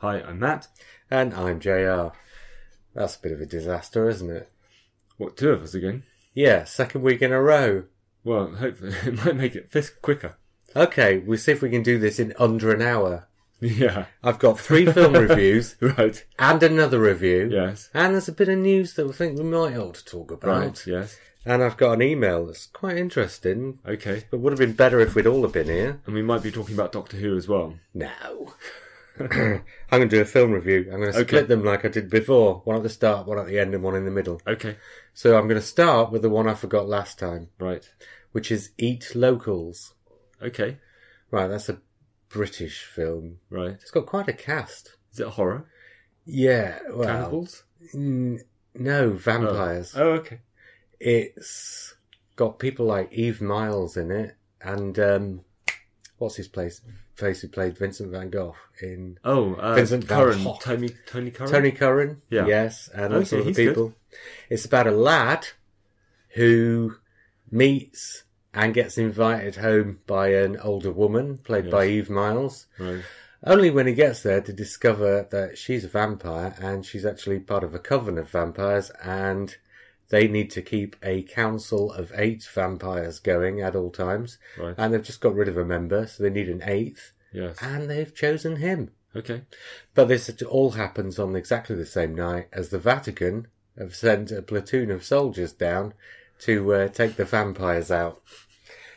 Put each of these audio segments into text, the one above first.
Hi, I'm Matt. And I'm JR. That's a bit of a disaster, isn't it? What, two of us again? Yeah, second week in a row. Well, hopefully it might make it this quicker. Okay, we'll see if we can do this in under an hour. Yeah. I've got three film reviews Right. and another review. Yes. And there's a bit of news that we think we might ought to talk about. Right. Yes. And I've got an email that's quite interesting, Okay. but would have been better if we'd all have been here. And we might be talking about Doctor Who as well. No. I'm going to do a film review. I'm going to Okay. split them like I did before one at the start, one at the end, and one in the middle. Okay. So I'm going to start with the one I forgot last time, Right. which is Eat Locals. Okay. Right, that's a British film. Right. It's got quite a cast. Is it horror? Yeah, well. Cannibals? n- no, Oh. vampires. Oh, okay. It's got people like Eve Miles in it, and um, what's his place? Face who played Vincent Van Gogh in Oh, uh, Vincent Van Curran. Gogh. Tony, Tony Curran? Tony Curran, Yeah. yes, and all Okay, sorts of he's good. people. It's about a lad who meets and gets invited home by an older woman played by Eve Miles. Right. Only when he gets there to discover that she's a vampire and she's actually part of a coven of vampires and they need to keep a council of eight vampires going at all times. Right. And they've just got rid of a member, so they need an eighth, Yes. and they've chosen him. Okay. But this all happens on exactly the same night as the Vatican have sent a platoon of soldiers down to uh, take the vampires out.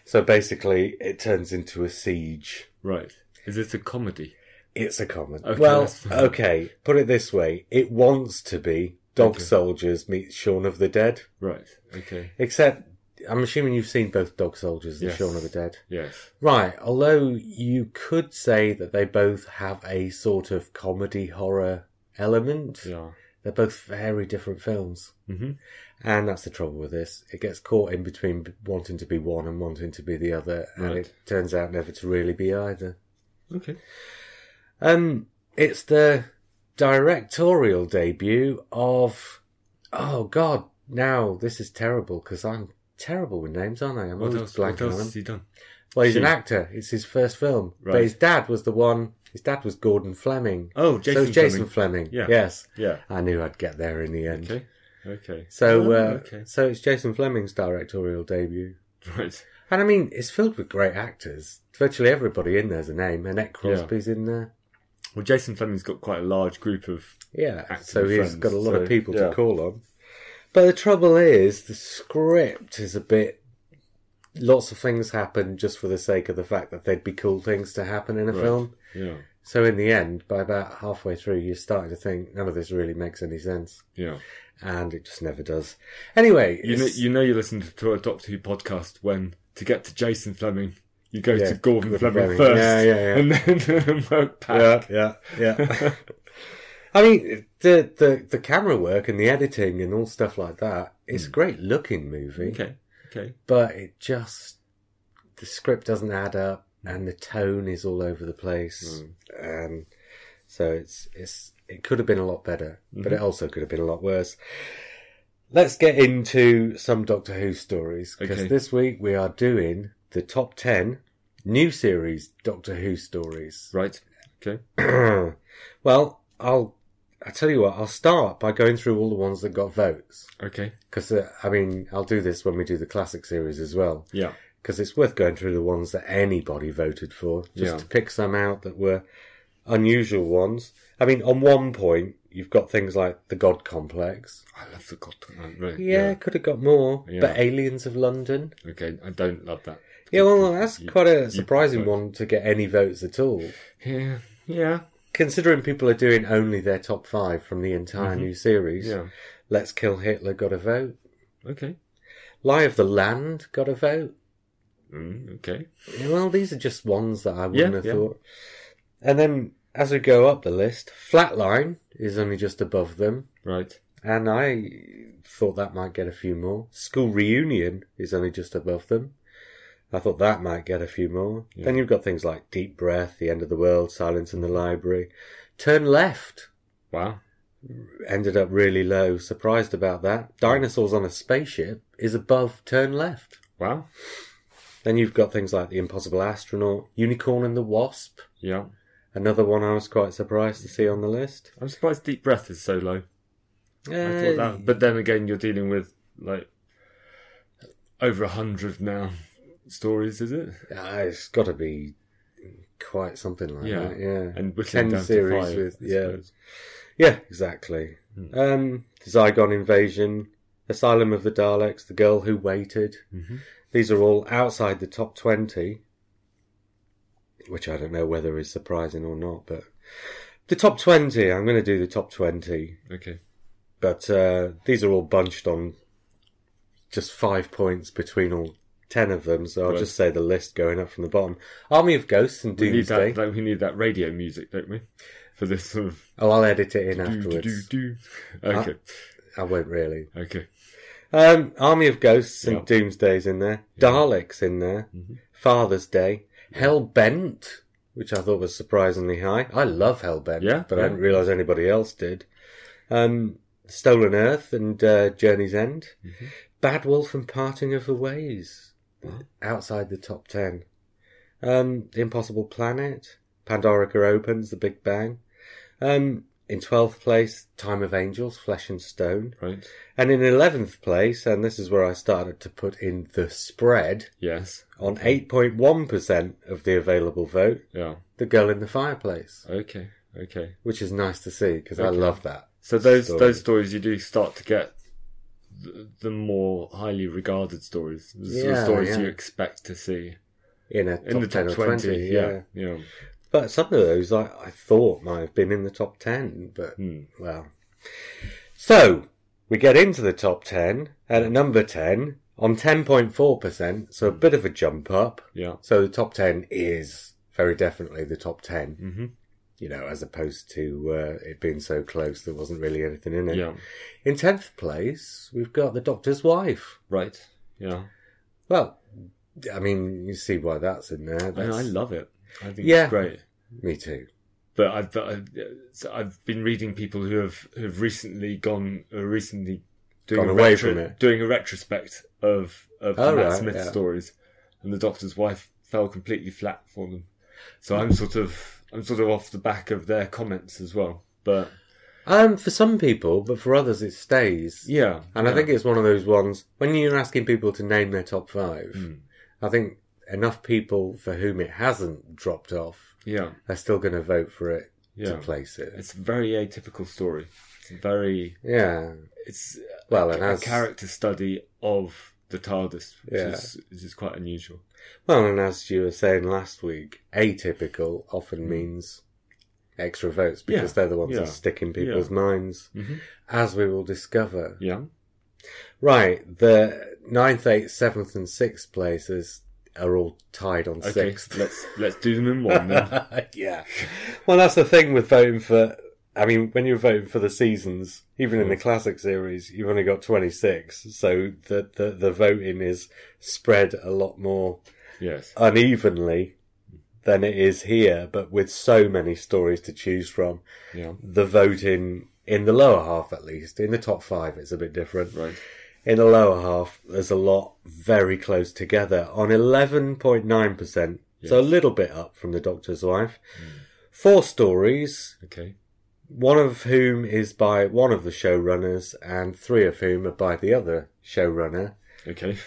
So basically, it turns into a siege. Right. Is it a comedy? It's a common. Okay, well, that's fine. okay, put it this way it wants to be Dog Okay. Soldiers meets Shaun of the Dead, Right. Okay. except I'm assuming you've seen both Dog Soldiers and Yes. Shaun of the Dead. Yes. Right, although you could say that they both have a sort of comedy horror element. Yeah. They're both very different films. Mm-hmm. And that's the trouble with this. It gets caught in between b- wanting to be one and wanting to be the other, and Right. it turns out never to really be either. Okay. Um, it's the directorial debut of. Oh, God, now this is terrible because I'm terrible with names, aren't I? I'm What always else, what blanking on else them. has he done? Well, he's an Shoot. actor. It's his first film. But Right. his dad was the one. His dad was Gordon Fleming. Oh, so Jason. it's Jason Fleming. Fleming. Yeah. Yes. Yeah. I knew I'd get there in the end. Okay. Okay. So, Oh, uh, okay. so it's Jason Fleming's directorial debut, Right. and I mean, it's filled with great actors. Virtually everybody in there's a name. Annette Yeah. Crosby's in there. Well, Jason Fleming's got quite a large group of. Yeah, Acting so he's friends, got a lot so, of people yeah. to call on. But the trouble is, the script is a bit. Lots of things happen just for the sake of the fact that they'd be cool things to happen in a Right. film. Yeah. So in the end, by about halfway through, you're starting to think none of this really makes any sense, Yeah. and it just never does. Anyway, You know, it's- you know you're listening to a Doctor Who podcast when to get to Jason Fleming, you go Yeah, to Gordon Gordon Fleming. Fleming, first, Yeah, yeah, yeah. and then work back. yeah, yeah. I mean, the, the the camera work and the editing and all stuff like that. It's a great looking movie, Hmm. Okay. Okay. but it just the script doesn't add up, and the tone is all over the place, Hmm. and so it's it's it could have been a lot better, but Mm-hmm. it also could have been a lot worse. Let's get into some Doctor Who stories because Okay. this week we are doing the top ten new series Doctor Who stories. Right. Okay. well, I'll I tell you what. I'll start by going through all the ones that got votes Okay. because uh, I mean I'll do this when we do the classic series as well Yeah. because it's worth going through the ones that anybody voted for just Yeah. to pick some out that were unusual ones. I mean, on one point you've got things like the God Complex. I love the God. Right. Yeah, could have got more, Yeah. but Aliens of London. yeah. Okay. I don't love that. Yeah, well, that's You- quite a you- surprising one to get any votes at all. Yeah. Yeah. Considering people are doing only their top five from the entire new series, Mm-hmm. Yeah. Let's Kill Hitler got a vote. Okay. Lie of the Land got a vote. Mm, okay. Yeah, well, these are just ones that I wouldn't Yeah, have yeah. thought. And then as we go up the list, Flatline is only just above them. Right. And I thought that might get a few more. School Reunion is only just above them. I thought that might get a few more. Yeah. Then you've got things like Deep Breath, The End of the World, Silence in the Library. Turn Left Wow. ended up really low. Surprised about that. Dinosaurs on a Spaceship is above Turn Left. Wow. Then you've got things like The Impossible Astronaut, Unicorn and the Wasp, Yeah. another one I was quite surprised to see on the list. Eh, I'm surprised deep breath is so low. I thought that, but then again, you're dealing with like over a hundred now stories, is it? Uh, it's got to be quite something like Yeah. that, yeah. And whittling Ten down series to five. with- I yeah. suppose. Yeah, exactly. Hmm. Um, the Zygon Invasion, Asylum of the Daleks, The Girl Who Waited. Mhm. These are all outside the top 20, which I don't know whether is surprising or not, but the top 20, I'm going to do the top 20, Okay. but uh, these are all bunched on just five points between all 10 of them, so I'll Right. just say the list going up from the bottom. Army of Ghosts and We need Doomsday. that. Like, we need that radio music, don't we? For this sort of Oh, I'll edit it in do, do, do, afterwards. do. Okay. I won't really. Okay. Um, Army of Ghosts and Yeah. Doomsday's in there. Daleks in there. Mhm. Father's Day. Hellbent, which I thought was surprisingly high. I love Hellbent, Yeah, but yeah. I didn't realise anybody else did. Um, Stolen Earth and uh, Journey's End. Mhm. Bad Wolf and Parting of the Ways. Wow. Outside the top ten. Um, the Impossible Planet. Pandorica Opens, The Big Bang. Um, in 12th place, Time of Angels, Flesh and Stone. Right. And in 11th place, and this is where I started to put in the spread, Yes. on 8.1% of the available vote, Yeah. The Girl in the Fireplace, Okay. Okay. which is nice to see because I Okay. love that. So those Story. those stories you do start to get the, the more highly regarded stories, the sort of Yeah, stories yeah. you expect to see In a top in the 10 top or 20, twenty. yeah. yeah, yeah. But some of those I, I thought might have been in the top 10, but Hmm. well. So, we get into the top 10, and at number 10, on 10.4%, so a bit of a jump up. yeah. So the top 10 is very definitely the top 10. hmm you know, as opposed to uh, it being so close, there wasn't really anything in it. Yeah. In 10th place, we've got The Doctor's Wife. Right. Yeah. Well, I mean, you see why that's in there. I, That's, I love it. I think Yeah. it's great. Me too. But I've but I've, so I've been reading people who have have recently gone uh, recently doing Gone a away retro- from it. doing a retrospect of of the Oh, Matt right, Smith yeah. stories, and the Doctor's wife fell completely flat for them. So I'm sort of I'm sort of off the back of their comments as well. But Um, for some people, but for others, it stays. yeah, And I yeah. think it's one of those ones when you're asking people to name their top five. Mm. I think enough people for whom it hasn't dropped off yeah are still going to vote for it to yeah place it. it's a very atypical story. It's a very Yeah. it's Well, a, it has a character study of the TARDIS, which Yeah. is which is quite unusual. Well, and as you were saying last week, atypical often means extra votes because Mm. Yeah, they're the ones yeah, that stick in people's yeah. minds, Mhm. as we will discover. Yeah. Right, the ninth, eighth, seventh, and sixth places are all tied on Okay, sixth. let's let's do them in one then. yeah. Well, that's the thing with voting for. I mean, when you're voting for the seasons, even Mm. in the classic series, you've only got 26, so the, the, the voting is spread a lot more yes. unevenly than it is here, but with so many stories to choose from. Yeah. The voting in the lower half, at least, in the top five, it's a bit different. Right. In the lower half, there's a lot very close together on 11.9%, so a little bit up from The Doctor's Wife. Four stories, Okay. one of whom is by one of the showrunners, and three of whom are by the other showrunner. Okay.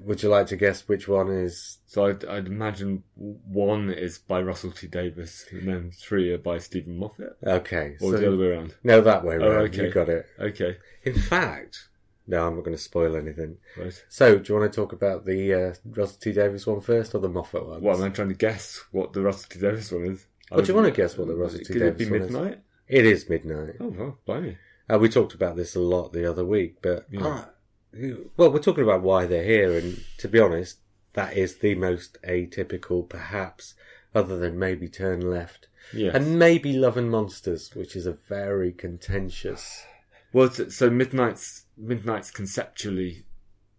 Would you like to guess which one is So I'd, I'd imagine one is by Russell T Davis, and then three are by Stephen Moffat, okay? or so- the other way around. No, that way Oh, round. okay. You got it. Okay. In fact, no, I'm not going to spoil anything. Right. So, do you want to talk about the uh, Russell T Davis one first or the Moffat one? Well, am I trying to guess what the Russell T Davis one is? Well, do you want to guess what the Russell T Could it be Davies one is? midnight? It is midnight. Oh well, blimey. Uh, we talked about this a lot the other week, but Yeah. Ah, well, we're talking about why they're here, and to be honest, that is the most atypical, perhaps, other than maybe Turn Left. Yes. And maybe Love and Monsters, which is a very contentious. Well, so, so Midnight's Midnight's conceptually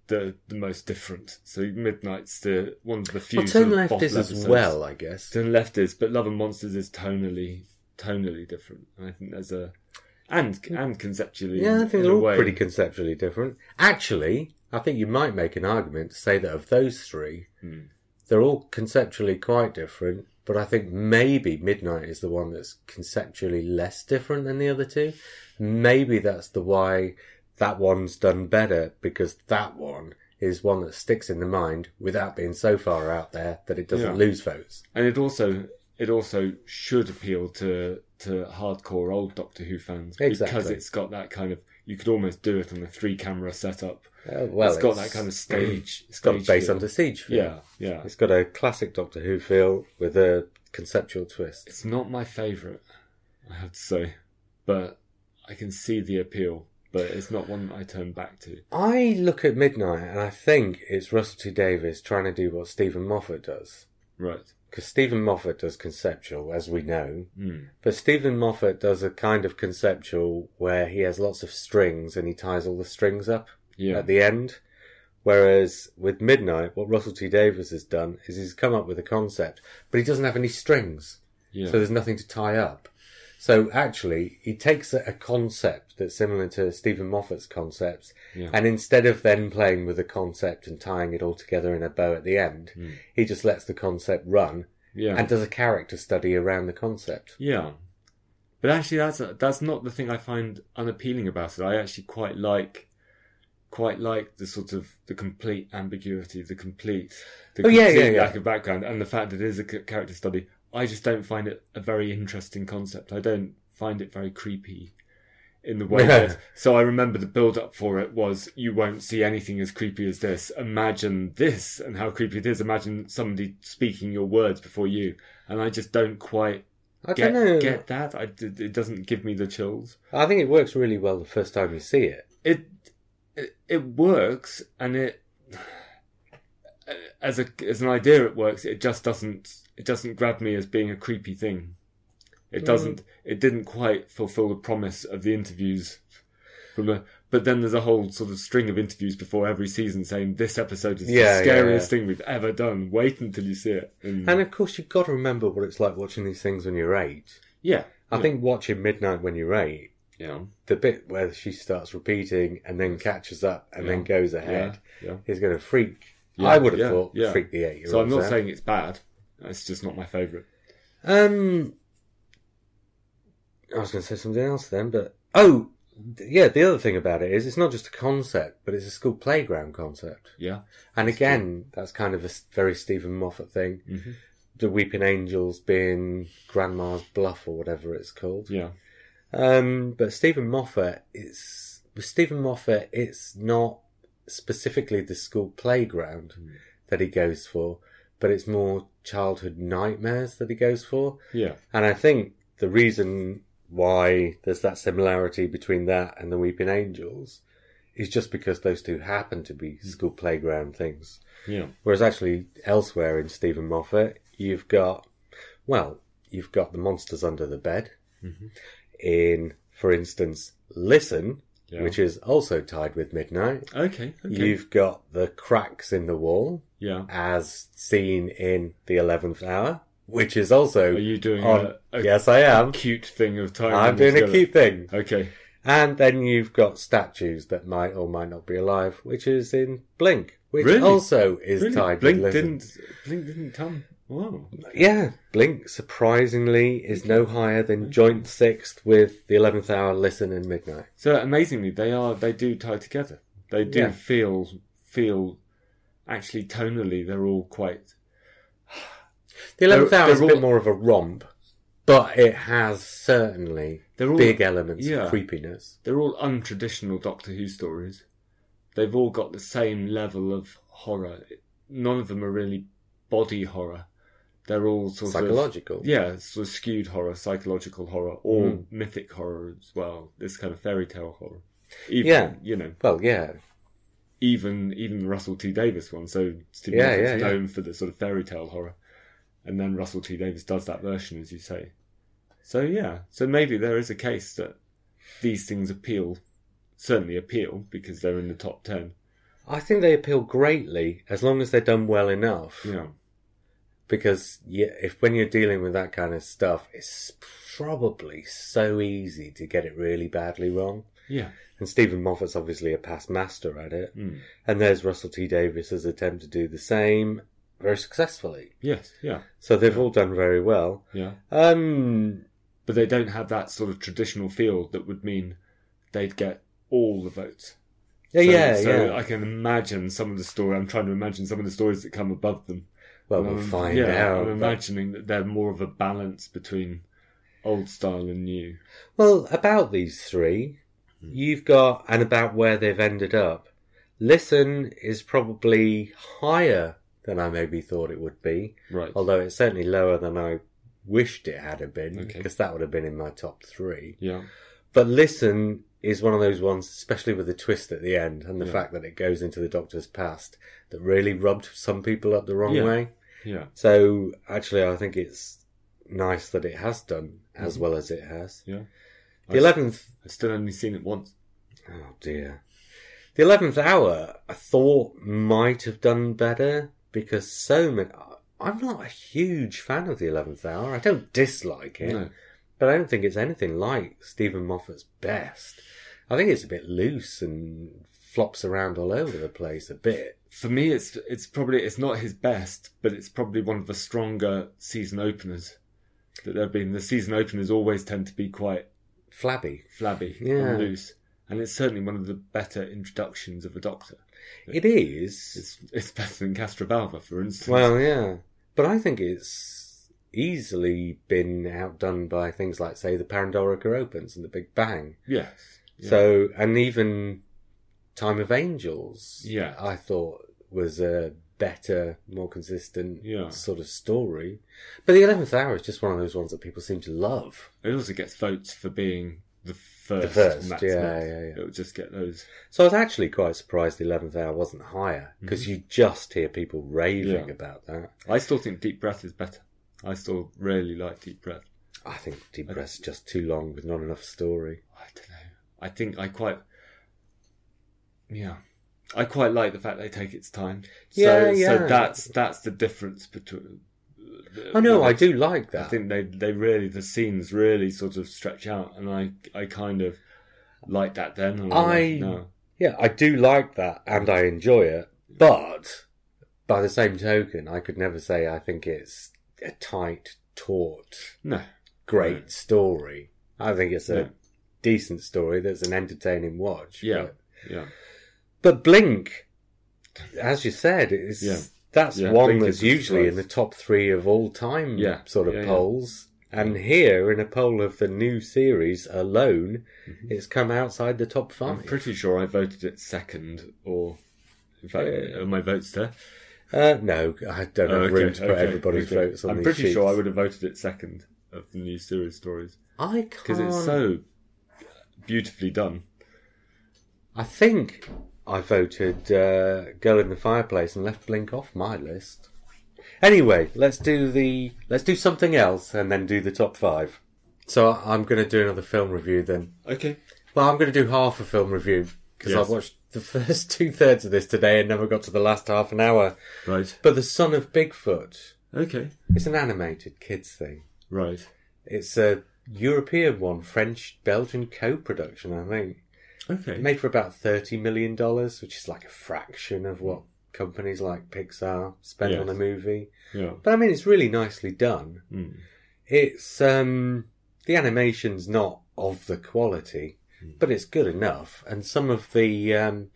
the the most different. So Midnight's the one of the few. well, sort Turn of Left bottle is as episodes. well, I guess. Turn Left is, but Love and Monsters is tonally tonally different. And I think there's a and and conceptually, Yeah, I in think they're a all way, pretty conceptually different. Actually, I think you might make an argument to say that of those three, Hmm. they're all conceptually quite different. But I think maybe Midnight is the one that's conceptually less different than the other two. Maybe that's the why that one's done better because that one is one that sticks in the mind without being so far out there that it doesn't Yeah. lose votes. and it also it also should appeal to to hardcore old Doctor Who fans because Exactly. it's got that kind of you could almost do it on a three camera setup. Uh, well, it's got that kind of stage. it's got stage base feel. under siege. Feel. Yeah, yeah. It's got a classic Doctor Who feel with a conceptual twist. It's not my favourite, I have to say, but I can see the appeal. But it's not one that I turn back to. I look at Midnight and I think it's Russell T Davis trying to do what Stephen Moffat does. Right. Because Stephen Moffat does conceptual, as we know. Mm. But Stephen Moffat does a kind of conceptual where he has lots of strings and he ties all the strings up Yeah. at the end. Whereas with Midnight, what Russell T Davis has done is he's come up with a concept, but he doesn't have any strings. yeah. So there's nothing to tie up. So actually, he takes a, a concept that's similar to Stephen Moffat's concepts, Yeah. and instead of then playing with the concept and tying it all together in a bow at the end, he just lets the concept run Hmm. yeah. and does a character study around the concept. Yeah, but actually, that's that's not the thing I find unappealing about it. I actually quite like, quite like the sort of the complete ambiguity, the complete, the Oh, yeah, complete yeah, yeah. lack of background, and the fact that it is a c- character study. I just don't find it a very interesting concept. I don't find it very creepy. In the way that, so I remember the build up for it was you won't see anything as creepy as this. Imagine this and how creepy it is. Imagine somebody speaking your words before you. And I just don't quite I get, don't know. get that. I, it it doesn't give me the chills. I think it works really well the first time you see it. It, it it works, and it as a as an idea it works. It just doesn't it doesn't grab me as being a creepy thing. It doesn't. Mm. It didn't quite fulfil the promise of the interviews. From a, but then there's a whole sort of string of interviews before every season saying this episode is Yeah, yeah, the scariest thing we've ever done. Wait until you see it. And, And of course, you've got to remember what it's like watching these things when you're eight. yeah, I think watching Midnight when you're eight yeah, the bit where she starts repeating and then catches up and then Yeah. goes yeah, ahead yeah. is going to freak. Yeah, I would have yeah, thought yeah. freak the eight year old. So I'm not saying it's bad. It's just not my favourite. Um, I was going to say something else then, but oh, th- yeah. The other thing about it is it's not just a concept, but it's a school playground concept. Yeah. And again, that's kind of a s- very Stephen Moffat thing. Mhm. The Weeping Angels being Grandma's Bluff or whatever it's called. Yeah. Um, but Stephen Moffat, it's with Stephen Moffat, it's not specifically the school playground that he goes for, but it's more childhood nightmares that he goes for. Yeah. And I think the reason why there's that similarity between that and the Weeping Angels is just because those two happen to be school playground things. Yeah. Whereas actually elsewhere in Stephen Moffat, you've got, well, you've got the monsters under the bed. Mm-hmm. In, for instance, Listen, Yeah. which is also tied with Midnight. Okay. Okay. You've got the cracks in the wall, yeah. as seen in The Eleventh Hour, which is also Are you doing on. a, a yes, I am. cute thing of time? I'm doing a cute thing. Okay. And then you've got statues that might or might not be alive, which is in Blink, which Really? also is Really? tied Blink with Listen. didn't. Blink didn't come. Wow. Yeah, Blink surprisingly is no higher than joint sixth with the eleventh hour, Listen and Midnight. So amazingly, they are. They do tie together. They do Yeah. feel feel. Actually, tonally, they're all quite. The eleventh They're- hour is a they're bit all- more of a romp, but it has certainly They're all big elements yeah. of creepiness. They're all untraditional Doctor Who stories. They've all got the same level of horror. None of them are really body horror. They're all sort of Psychological. Yeah, sort of skewed horror, psychological horror, or Hmm. mythic horror as well. This kind of fairy tale horror. Even, Yeah. You know, Well, yeah. even even the Russell T Davis one. So Stephen Yeah, Griffin's yeah, yeah. known for the sort of fairy tale horror, and then Russell T Davis does that version, as you say. So yeah, so maybe there is a case that these things appeal, certainly appeal because they're in the top ten. I think they appeal greatly as long as they're done well enough. Yeah, Because yeah, if when you're dealing with that kind of stuff, it's probably so easy to get it really badly wrong. yeah, And Stephen Moffat's obviously a past master at it. mm. And there's Russell T Davis's attempt to do the same very successfully. yes, yeah, So they've all done very well. yeah. Um, But they don't have that sort of traditional feel that would mean they'd get all the votes. yeah, so, yeah, so yeah. I can imagine some of the story. I'm trying to imagine some of the stories that come above them. well, we'll Um, find yeah, out. I'm but- imagining that they're more of a balance between old style and new. Well, about these three, Hmm. you've got, and about where they've ended up. Listen is probably higher than I maybe thought it would be, Right. although it's certainly lower than I wished it had have been, Okay. because that would have been in my top three. Yeah. But Listen is one of those ones, especially with the twist at the end and the Yeah. fact that it goes into the Doctor's past, that really rubbed some people up the wrong Yeah. way. Yeah. So actually, I think it's nice that it has done as Mhm. well as it has. Yeah. The eleventh I've still only seen it once. Oh dear. The eleventh hour, I thought might have done better because so many. I'm not a huge fan of the eleventh hour. I don't dislike it, No. but I don't think it's anything like Stephen Moffat's best. I think it's a bit loose and flops around all over the place a bit. For me, it's it's probably it's not his best, but it's probably one of the stronger season openers that there've been. The season openers always tend to be quite Flabby. flabby Yeah. and loose, and it's certainly one of the better introductions of a Doctor. It is. It's it's better than Castrovalva, for instance. Well, yeah. But I think it's easily been outdone by things like, say, the Pandorica Opens and the Big Bang. yes. Yeah. So, and even Time of Angels, Yeah. I thought was a better, more consistent Yeah. sort of story. But the Eleventh Hour is just one of those ones that people seem to love. It also gets votes for being the first. The first, and that's yeah, it. yeah, yeah. It'll just get those. So I was actually quite surprised the Eleventh Hour wasn't higher because you just hear people raving Mm-hmm. Yeah. about that. I still think Deep Breath is better. I still really like Deep Breath. I think Deep Breath's just too long with not enough story. I don't know. I think I quite. Yeah. I quite like the fact they take its time. Yeah, so, yeah. So that's that's the difference between. Oh no, I do like I that. think they they really the scenes really sort of stretch out, and I I kind of like that then. And I'm I- like, no. Yeah, I do like that and I enjoy it, but by the same token, I could never say I think it's a tight, taut, no great Right. story. I think it's a Yeah. decent story that's an entertaining watch. Yeah. But, yeah but Blink, as you said, is Yeah. that's Yeah, one Blink that's is a usually in the surprise. top three of all time Yeah. sort of Yeah, yeah. polls. And here, in a poll of the new series alone, it's come outside the top 5 Mm-hmm. I'm pretty sure I voted it second, or in fact, are my votes there? Uh, no, I don't have Oh, okay, room to put okay, everybody's okay. votes on I'm these pretty sheets. sure I would have voted it second of the new series stories I because can't. it's so beautifully done. I think I voted uh, "Girl in the Fireplace" and left Blink off my list. Anyway, let's do the let's do something else and then do the top five. So I- I'm going to do another film review then. Okay. Well, I'm going to do half a film review because Yes. I watched the first two thirds of this today and never got to the last half an hour. Right. But "The Son of Bigfoot" Okay. it's an animated kids thing. Right. It's a European one, French Belgian co production, I think. Okay. Made for about $30 million, which is like a fraction of what companies like Pixar spend Yes. on a movie. Yeah. But I mean, it's really nicely done. Mm. It's, um, the animation's not of the quality, but it's good enough. And some of the, um,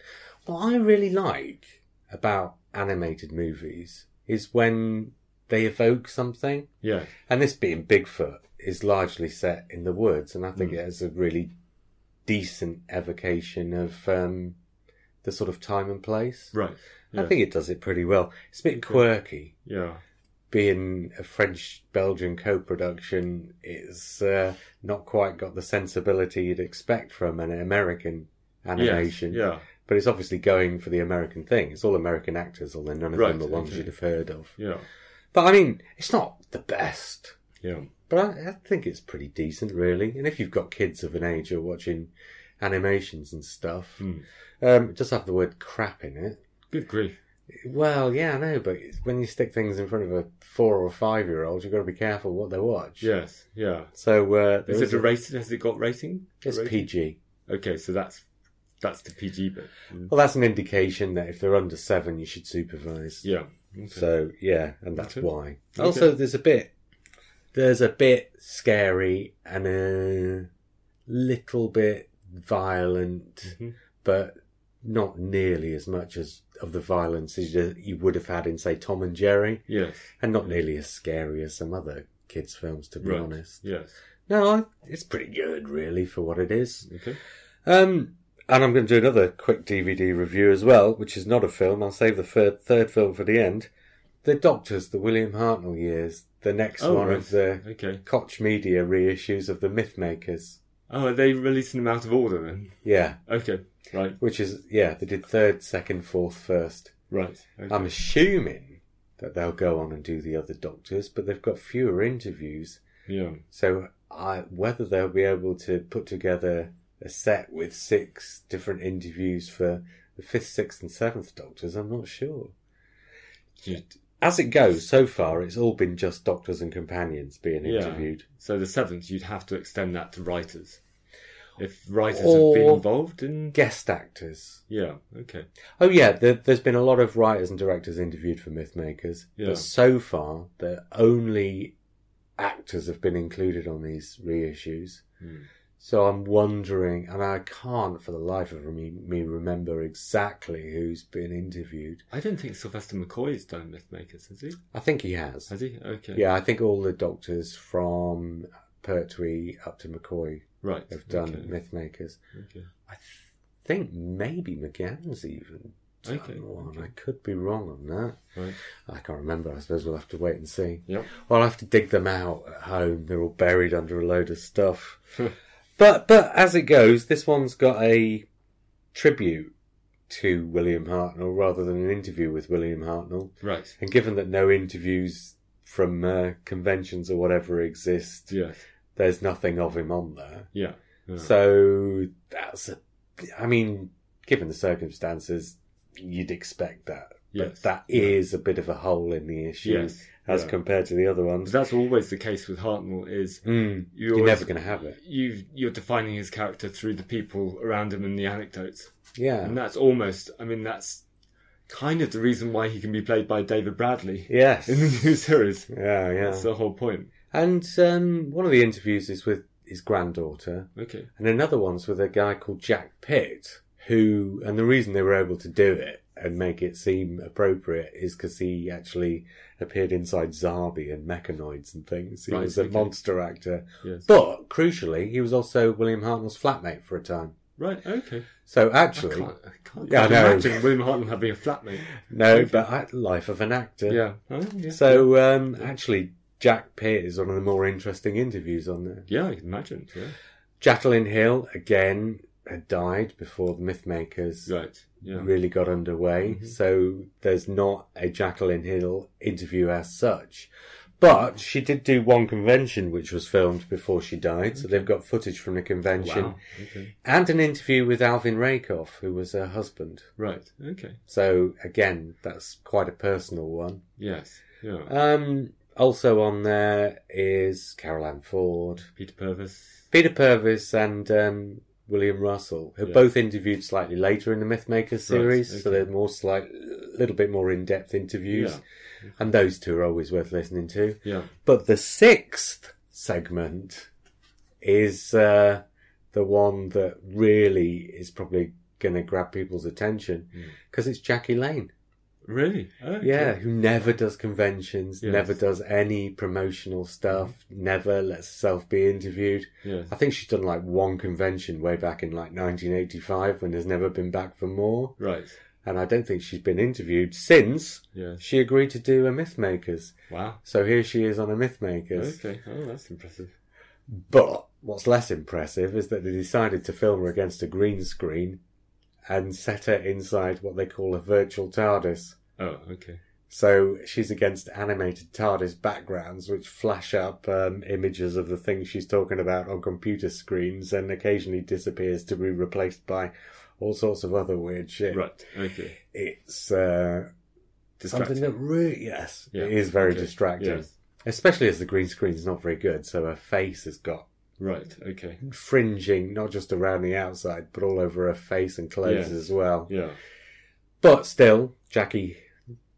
what I really like about animated movies is when they evoke something. Yeah. And this being Bigfoot is largely set in the woods, and I Mm. think it has a really decent evocation of um, the sort of time and place. Right. I Yeah. think it does it pretty well. It's a bit quirky. Yeah. Being a French Belgian co production, it's uh, not quite got the sensibility you'd expect from an American Yes. animation. Yeah. But it's obviously going for the American thing. It's all American actors, although none of Right, them are ones okay. you'd have heard of. Yeah. But I mean, it's not the best. Yeah. But I, I think it's pretty decent, really. And if you've got kids of an age who are watching animations and stuff, Hmm. um, it does have the word crap in it. Good grief. Well, yeah, I know, but it's- when you stick things in front of a four or five year old, you've got to be careful what they watch. Yes. Yeah. So uh, there Is it is a a, rating? Has it got rating? it's Rating? PG. Okay, so that's that's the PG bit. Mm. Well, that's an indication that if they're under seven, you should supervise. Yeah. Okay. So yeah, and that's Okay. why. Also, there's a bit, there's a bit scary and a little bit violent, Mhm. but not nearly as much as of the violence as you you would have had in say Tom and Jerry, Yes. and not nearly as scary as some other kids' films. To be Right. honest, Yes. no, I- it's pretty good really for what it is. Okay. Um, and I'm going to do another quick DVD review as well, which is not a film. I'll save the third, third film for the end. The Doctors, the William Hartnell years, the next Oh, one right. of the Okay. Koch Media reissues of the Mythmakers. Oh, are they releasing them out of order then? Yeah, Okay. Right. which is yeah, they did third, second, fourth, first. Right. Okay. I'm assuming that they'll go on and do the other Doctors, but they've got fewer interviews, yeah. so I, whether they'll be able to put together a set with six different interviews for the fifth, sixth, and seventh Doctors, I'm not sure. You- As it goes so far, it's all been just Doctors and companions being Yeah. interviewed. So the seventh, you'd have to extend that to writers, if writers Or- have been involved in. Guest actors. Yeah. Okay. Oh yeah, there, there's been a lot of writers and directors interviewed for Mythmakers, Yeah. but so far, the only actors have been included on these reissues. Hmm. So I'm wondering, and I can't for the life of me, me remember exactly who's been interviewed. I don't think Sylvester McCoy's done Mythmakers, has he? I think he has. Has he? Okay. Yeah, I think all the doctors from Pertwee up to McCoy Right. have done Okay. Mythmakers. okay. I th- think maybe McGann's even done Okay, one. okay. I could be wrong on that. Right. I can't remember. I suppose we'll have to wait and see. Yep. Or I'll have to dig them out at home. They're all buried under a load of stuff. Hmm. but but as it goes, this one's got a tribute to William Hartnell rather than an interview with William Hartnell. Right. And given that no interviews from uh, conventions or whatever exist, Yes. there's nothing of him on there. Yeah. yeah. So that's, a, I mean, given the circumstances, you'd expect that. Yes. But that is a bit of a hole in the issue yes. as yeah. compared to the other But ones. that's always the case with Hartnell. Is Mm, you you're always- never going to have it. you you're defining his character through the people around him and the anecdotes, Yeah. and that's almost. I mean, that's kind of the reason why he can be played by David Bradley Yes. in the new series. yeah, yeah. That's the whole point. And um, one of the interviews is with his granddaughter, Okay. and another one's with a guy called Jack Pitt, who, and the reason they were able to do it and make it seem appropriate is because he actually appeared inside Zarbi and Mechanoids and things. He Right, was a okay. monster actor. Yes. But crucially, he was also William Hartnell's flatmate for a time. Right. Okay. So I actually, can't, I can't Yeah, I quite know. imagine William Hartnell having a flatmate. no, but I- life of an actor. Yeah. Oh, yeah. So um, actually, Jack Pitt is one of the more interesting interviews on there. yeah, I can imagine. Yeah. Jacqueline Hill again had died before the Mythmakers Right. Yeah. really got underway, Mhm. so there's not a Jacqueline Hill interview as such. But she did do one convention which was filmed before she died, so they've got footage from the convention Mm-hmm. Wow. Okay. and an interview with Alvin Rakoff, who was her husband. Right. Okay. So again, that's quite a personal one. Yes. Yeah. Um, also on there is Carol Ann Ford, Peter Purvis. Peter Purvis, and um, William Russell, who Yeah. both interviewed slightly later in the Mythmakers series, so okay. they're more slight, little bit more in-depth interviews, Yeah. and those two are always worth listening to. Yeah. But the sixth segment is uh, the one that really is probably going to grab people's attention Mm. because it's Jackie Lane. Really? Okay. Yeah, who never does conventions, Yes. Mm-hmm. never does any promotional stuff, never lets herself be interviewed. Yes. I think she's done like one convention way back in like 1985 and has never been back for more. Right. And I don't think she's been interviewed since Yes. she agreed to do a Mythmakers. Wow. So here she is on a Mythmakers. Okay. Oh, that's impressive. But what's less impressive is that they decided to film her against a green screen and set her inside what they call a virtual TARDIS. Oh, okay. So she's against animated TARDIS backgrounds, which flash up um, images of the things she's talking about on computer screens, and occasionally disappears to be replaced by all sorts of other weird shit. Right. Okay. It's uh, something Distracting. that really, yes, Yeah, it is very okay, distracting, yes. especially as the green screen's not very good. So her face has got Right. Okay. fringing, not just around the outside, but all over her face and clothes Yes. as well. Yeah. But still, Jackie,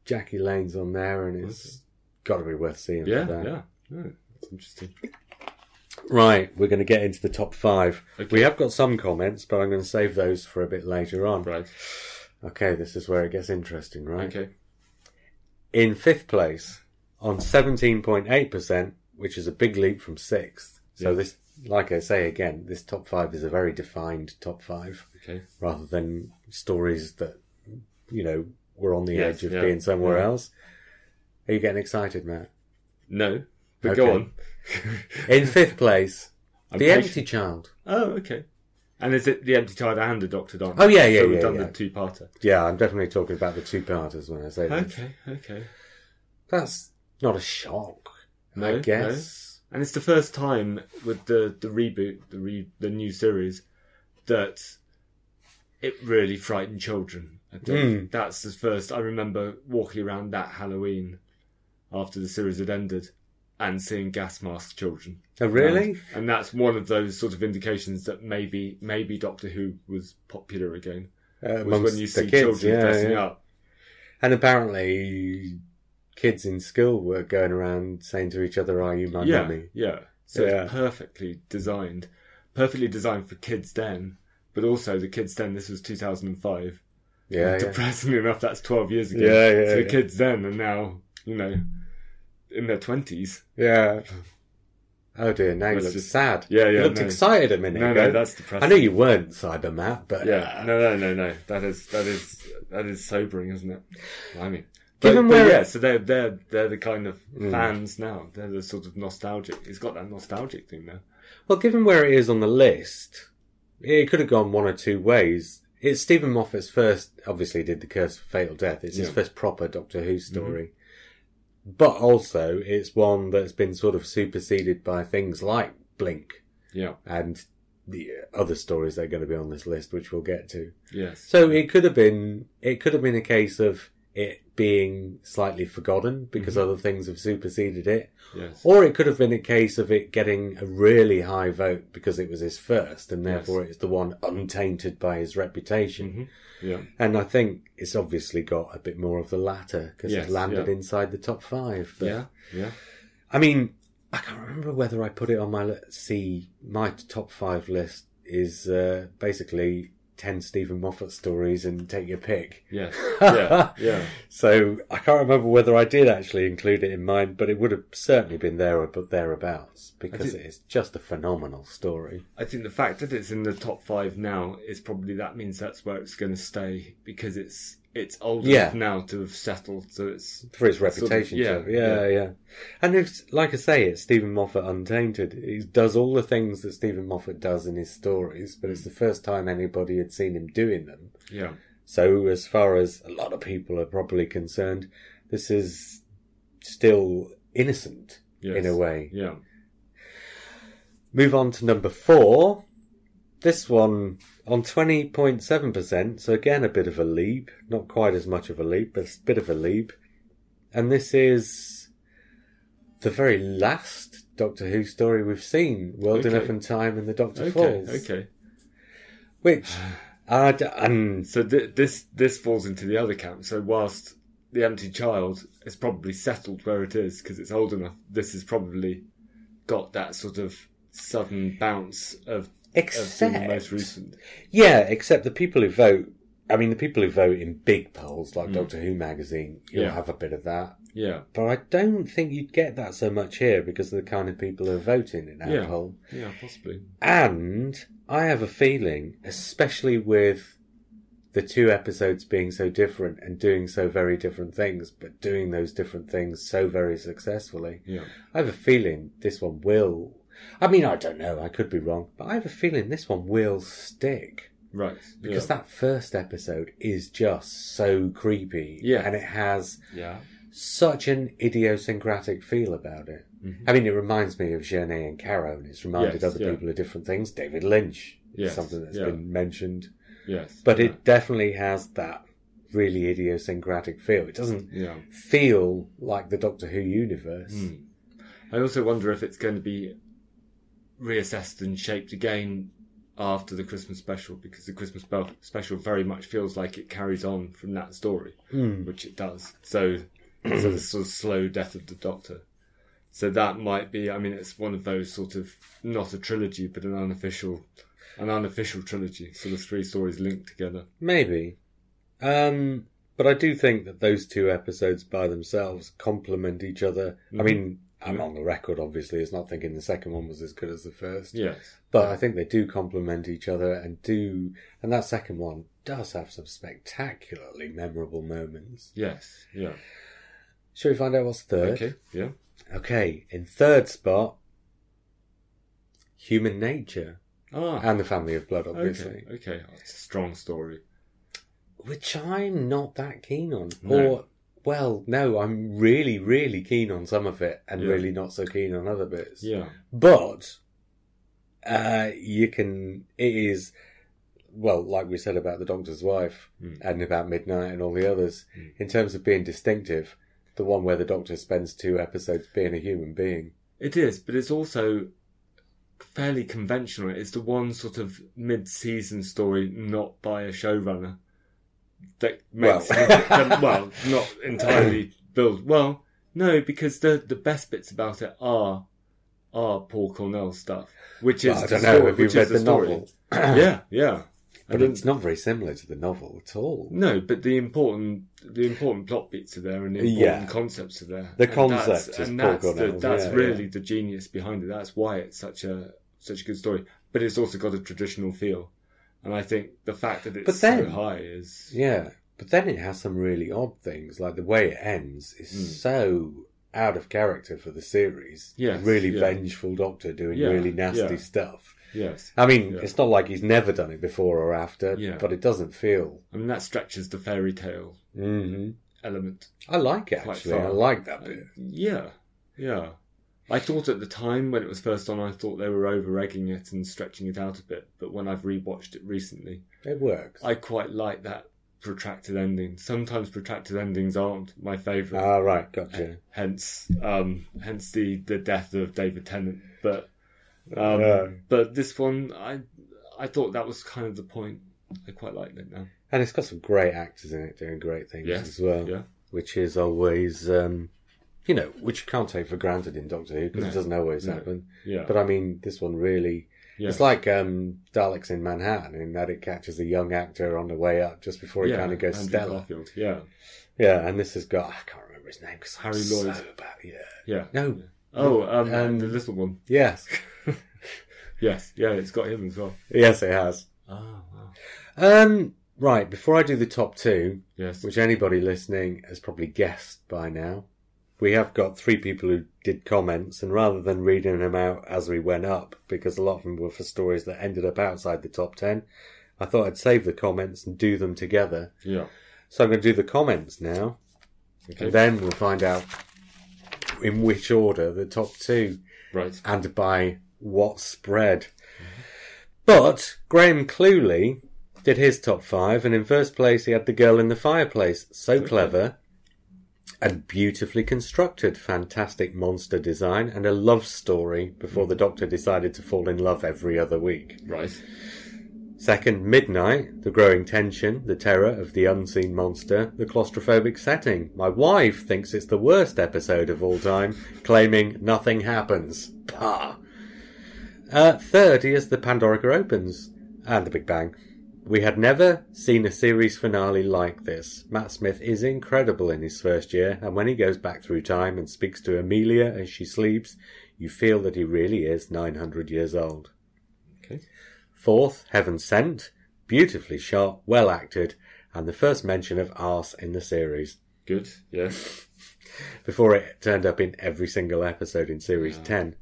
Jackie Lane's on there, and it's got to be worth seeing. Yeah. for that. Yeah. No, that's interesting. Right, we're going to get into the top five. Okay. We have got some comments, but I'm going to save those for a bit later on. Right. Okay, this is where it gets interesting, right? Okay. In fifth place, on 17.8%, which is a big leap from sixth. So Yeah. this, like I say again, this top five is a very defined top five. Okay. rather than stories that you know were on the Yes, edge of yeah, being somewhere yeah. else. Are you getting excited, Matt? No. But go Okay. on. In fifth place, I'm The patient. Empty Child. Oh, okay. And is it the empty child and the Doctor Don? Oh, yeah, yeah, So we've yeah, done yeah. the two-parter. Yeah, I'm definitely talking about the two parters when I say that. Okay. Okay. That's not a shock, No, I no. guess. And it's the first time with the the reboot, the re, the new series, that it really frightened children. I Hmm. think that's the first I remember walking around that Halloween after the series had ended and seeing gas mask children. Oh, really? And, and that's one of those sort of indications that maybe maybe Doctor Who was popular again. Uh, Was amongst when the you see kids, children yeah, dressing yeah. up. And apparently, kids in school were going around saying to each other, "Are you my yeah, mummy?" Yeah. So Yeah. it's perfectly designed. Perfectly designed for kids then, but also the kids then, this was 2005. Yeah, yeah. Depressingly enough, that's 12 years ago. Yeah, yeah, So the yeah. kids then are now, you know, in their 20s. yeah. Oh dear, now you It's look just- sad. Yeah, You yeah. looked no. excited a minute No, ago. no, that's I depressing. know you weren't cyber Matt, but Yeah, no, no, no, no. That is that is that is sobering, isn't it? I mean, but, Given but where- yeah, so they're they're they're the kind of Mm. fans now. They're the sort of nostalgic. It's got that nostalgic thing now. well, given where it is on the list, it could have gone one or two ways. It's Stephen Moffat's first, obviously, did the Curse of Fatal Death. It's his Yeah. first proper Doctor Who story, but also it's one that's been sort of superseded by things like Blink Yeah. and the other stories that are going to be on this list, which we'll get to. Yes. So it could have been it could have been a case of it being slightly forgotten because other things have superseded it, yes. Or it could have been a case of it getting a really high vote because it was his first, and therefore it's the one untainted by his reputation. Mhm. Yeah. And I think it's obviously got a bit more of the latter because Yes, it's landed yeah. inside the top five. But, Yeah. Yeah. I mean, I can't remember whether I put it on my let's see. My top five list is uh, basically ten Stephen Moffat stories and take your pick. Yes. Yeah. Yeah. So I can't remember whether I did actually include it in mine, but it would have certainly been there or but thereabouts because I did- it is just a phenomenal story. I think the fact that it's in the top five now is probably that means that's where it's going to stay because it's it's old Yeah. enough now to have settled. So it's For its Sort of, reputation, yeah, too. yeah, yeah, yeah. And it's like I say, it's Stephen Moffat untainted. He does all the things that Stephen Moffat does in his stories, but Hmm. it's the first time anybody had seen him doing them. yeah, So, as far as a lot of people are probably concerned, this is still innocent yes. in a way. Yeah, Move on to number four. This one on 20.7%, so again a bit of a leap. Not quite as much of a leap, but a bit of a leap. And this is the very last Doctor Who story we've seen World Okay. Enough and Time and the Doctor okay, Falls. okay. Which, I d- and So th- this this falls into the other camp. So whilst the empty child is probably settled where it is because it's old enough, this has probably got that sort of sudden bounce of, of being the except. most recent. Yeah, except the people who vote. I mean, the people who vote in big polls like Doctor Who magazine, you'll Mm. Yeah. have a bit of that. Yeah, But I don't think you'd get that so much here because of the kind of people who are voting in our Yeah. poll. yeah, possibly. And I have a feeling, especially with the two episodes being so different and doing so very different things, but doing those different things so very successfully, Yeah, I have a feeling this one will. I mean, I don't know, I could be wrong, but I have a feeling this one will stick. Right. because yeah. that first episode is just so creepy. Yeah. And it has Yeah. such an idiosyncratic feel about it. Mhm. I mean, it reminds me of Genet and Caro, and it's reminded Yes, other yeah. people of different things. David Lynch is Yes, something that's yeah. been mentioned. Yes. But it definitely has that really idiosyncratic feel. It doesn't Yeah. feel like the Doctor Who universe. Hmm. I also wonder if it's going to be reassessed and shaped again after the Christmas special because the Christmas spell- special very much feels like it carries on from that story, Hmm. which it does. So, so the sort of slow death of the Doctor. So that might be. I mean, it's one of those sort of not a trilogy, but an unofficial, an unofficial trilogy. So the three stories linked together. Maybe. Um, but I do think that those two episodes by themselves complement each other. I Mhm. mean, I'm Mhm. on the record, obviously, as not thinking the second one was as good as the first. Yes. But I think they do complement each other and do. And that second one does have some spectacularly memorable moments. Yes. Yeah. Shall we find out what's third? Okay. Yeah. Okay, in third spot, Human Nature Ah. and the Family of Blood, obviously. Okay. Okay. It's a strong story. which I'm not that keen on. No. Or, well, no, I'm really, really keen on some of it and Yeah. really not so keen on other bits. Yeah. But, uh, you can, it is, well, like we said about The Doctor's Wife Mm. and about Midnight and all the others, Mm. in terms of being distinctive, the one where the Doctor spends two episodes being a human being. It is, but it's also fairly conventional. It's the one sort of mid-season story not by a showrunner that makes Well. that- well not entirely built. Well, no, because the the best bits about it are are Paul Cornell stuff, which is Well, I the don't know story, if you've which read is the, story. novel, yeah, yeah. but And then- it's not very similar to the novel at all. no, but the important the important plot beats are there, and the important Yeah. concepts are there. The And concept that's- is and Paul that's, the, Cornell's, that's yeah, really the genius behind it. That's why it's such a such a good story. But it's also got a traditional feel, and I think the fact that it's But then- so high is Yeah, but then it has some really odd things, like the way it ends is Mm. so out of character for the series. Yes, really yeah. vengeful Doctor doing Yeah, really nasty yeah. stuff. yes. I mean, Yeah. it's not like he's never done it before or after, Yeah. but it doesn't feel. I mean that stretches the fairy tale hmm element. I like it Quite actually. far. I like that bit. Yeah, yeah. I thought at the time when it was first on, I thought they were over egging it and stretching it out a bit. But when I've rewatched it recently, It works. I quite like that protracted ending. Sometimes protracted endings aren't my favourite. Ah, right, gotcha. hence, um, hence the, the death of David Tennant. But um, Yeah. but this one, I I thought that was kind of the point. I quite liked it now. And it's got some great actors in it doing great things Yes, as well, yeah. which is always, um, you know, which you can't take for granted in Doctor Who because No, it doesn't always no. happen. Yeah, But I mean, this one really yeah. It's like um, Daleks in Manhattan in that it catches a young actor on the way up just before he yeah, kind of goes Andrew stellar. Garfield. Yeah, Yeah, and this has got, I can't remember his name because Harry so Lloyd. bad- Yeah. yeah. No, Oh, um, Um, and the little one. yes. Yes, yeah, it's got him as well. yes, it has. Ah, Oh, wow. Um, right, before I do the top two, Yes. which anybody listening has probably guessed by now, we have got three people who did comments, and rather than reading them out as we went up, because a lot of them were for stories that ended up outside the top ten, I thought I'd save the comments and do them together. Yeah. So I'm going to do the comments now, Okay. and then we'll find out in which order the top two right. and by what spread. But Graham Cluley did his top five, and in first place he had the girl in the fireplace. So clever and beautifully constructed, fantastic monster design, and a love story before the doctor decided to fall in love every other week. Right. Second, Midnight, the growing tension, the terror of the unseen monster, the claustrophobic setting. My wife thinks it's the worst episode of all time, claiming nothing happens. Pah. Uh, third is The Pandorica Opens and The Big Bang. We had never seen a series finale like this. Matt Smith is incredible in his first year, and when he goes back through time and speaks to Amelia as she sleeps, you feel that he really is 900 years old. Okay. Fourth, Heaven Sent. Beautifully shot, well acted, and the first mention of arse in the series Good. Yes. before it turned up in every single episode in series 10.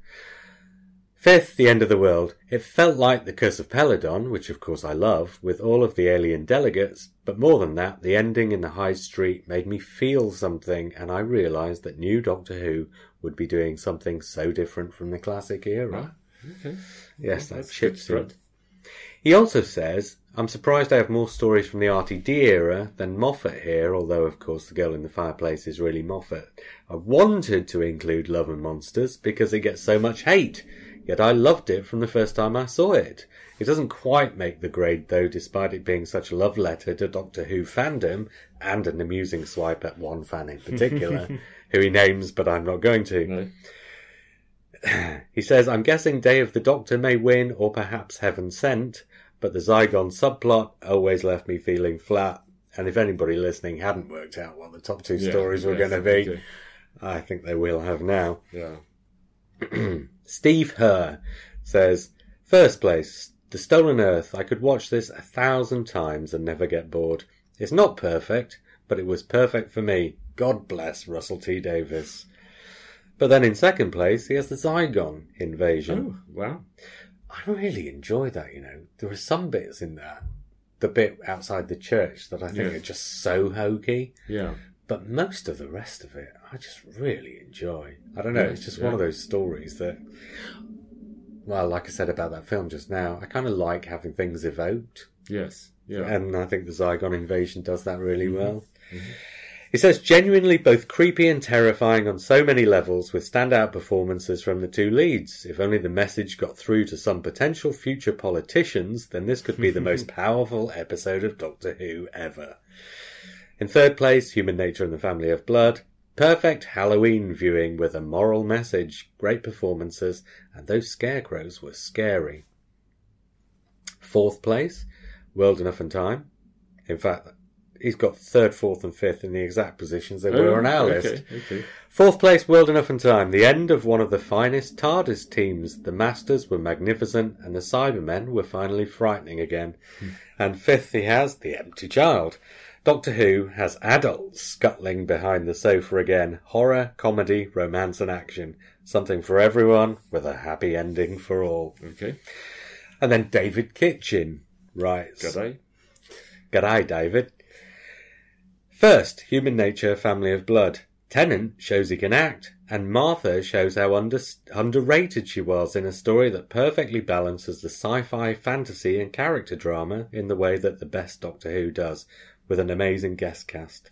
Fifth, The End of the World. It felt like The Curse of Peladon, which of course I love, with all of the alien delegates, but more than that, the ending in the high street made me feel something, and I realised that new Doctor Who would be doing something so different from the classic era. Okay. yes, Well, that's that's a good chips in. thread. He also says, I'm surprised I have more stories from the RTD era than Moffat here, although of course The Girl in the Fireplace is really Moffat. I wanted to include Love and Monsters because it gets so much hate, yet I loved it from the first time I saw it. It doesn't quite make the grade though, despite it being such a love letter to Doctor Who fandom and an amusing swipe at one fan in particular, who he names but I'm not going to. No. He says, I'm guessing Day of the Doctor may win, or perhaps Heaven Sent, but the Zygon subplot always left me feeling flat. And if anybody listening hadn't worked out what the top two Yeah, stories were yes, going to be, okay. I think they will have now. Yeah. Steve Herr says, First place, The Stolen Earth. I could watch this a thousand times and never get bored. It's not perfect, but it was perfect for me. God bless Russell T Davis. But then in second place, he has the Zygon invasion. Oh, wow. I really enjoy that, you know. There are some bits in there, the bit outside the church that I think Yeah. are just so hokey, Yeah. but most of the rest of it I just really enjoy. I don't know, Yeah, it's just yeah. one of those stories that, well, like I said about that film just now, I kind of like having things evoked. Yes. Yeah. And I think the Zygon invasion does that really well. It says genuinely both creepy and terrifying on so many levels with standout performances from the two leads. If only the message got through to some potential future politicians, then this could be the most powerful episode of Doctor Who ever. In third place, Human Nature and the Family of Blood. Perfect Halloween viewing with a moral message, great performances, and those scarecrows were scary. Fourth place, World Enough and Time. In fact, he's got third, fourth, and fifth in the exact positions they were Oh, on our okay, list. Okay. Fourth place, World Enough and Time. The end of one of the finest TARDIS teams. The Masters were magnificent, and the Cybermen were finally frightening again. Hmm. And fifth, he has The Empty Child. Doctor Who has adults scuttling behind the sofa again. Horror, comedy, romance, and action. Something for everyone, with a happy ending for all. Okay. And then David Kitchen writes. Good day. G'day, David. First, Human Nature, Family of Blood. Tennant shows he can act, and Martha shows how under, underrated she was in a story that perfectly balances the sci fi, fantasy, and character drama in the way that the best Doctor Who does, with an amazing guest cast.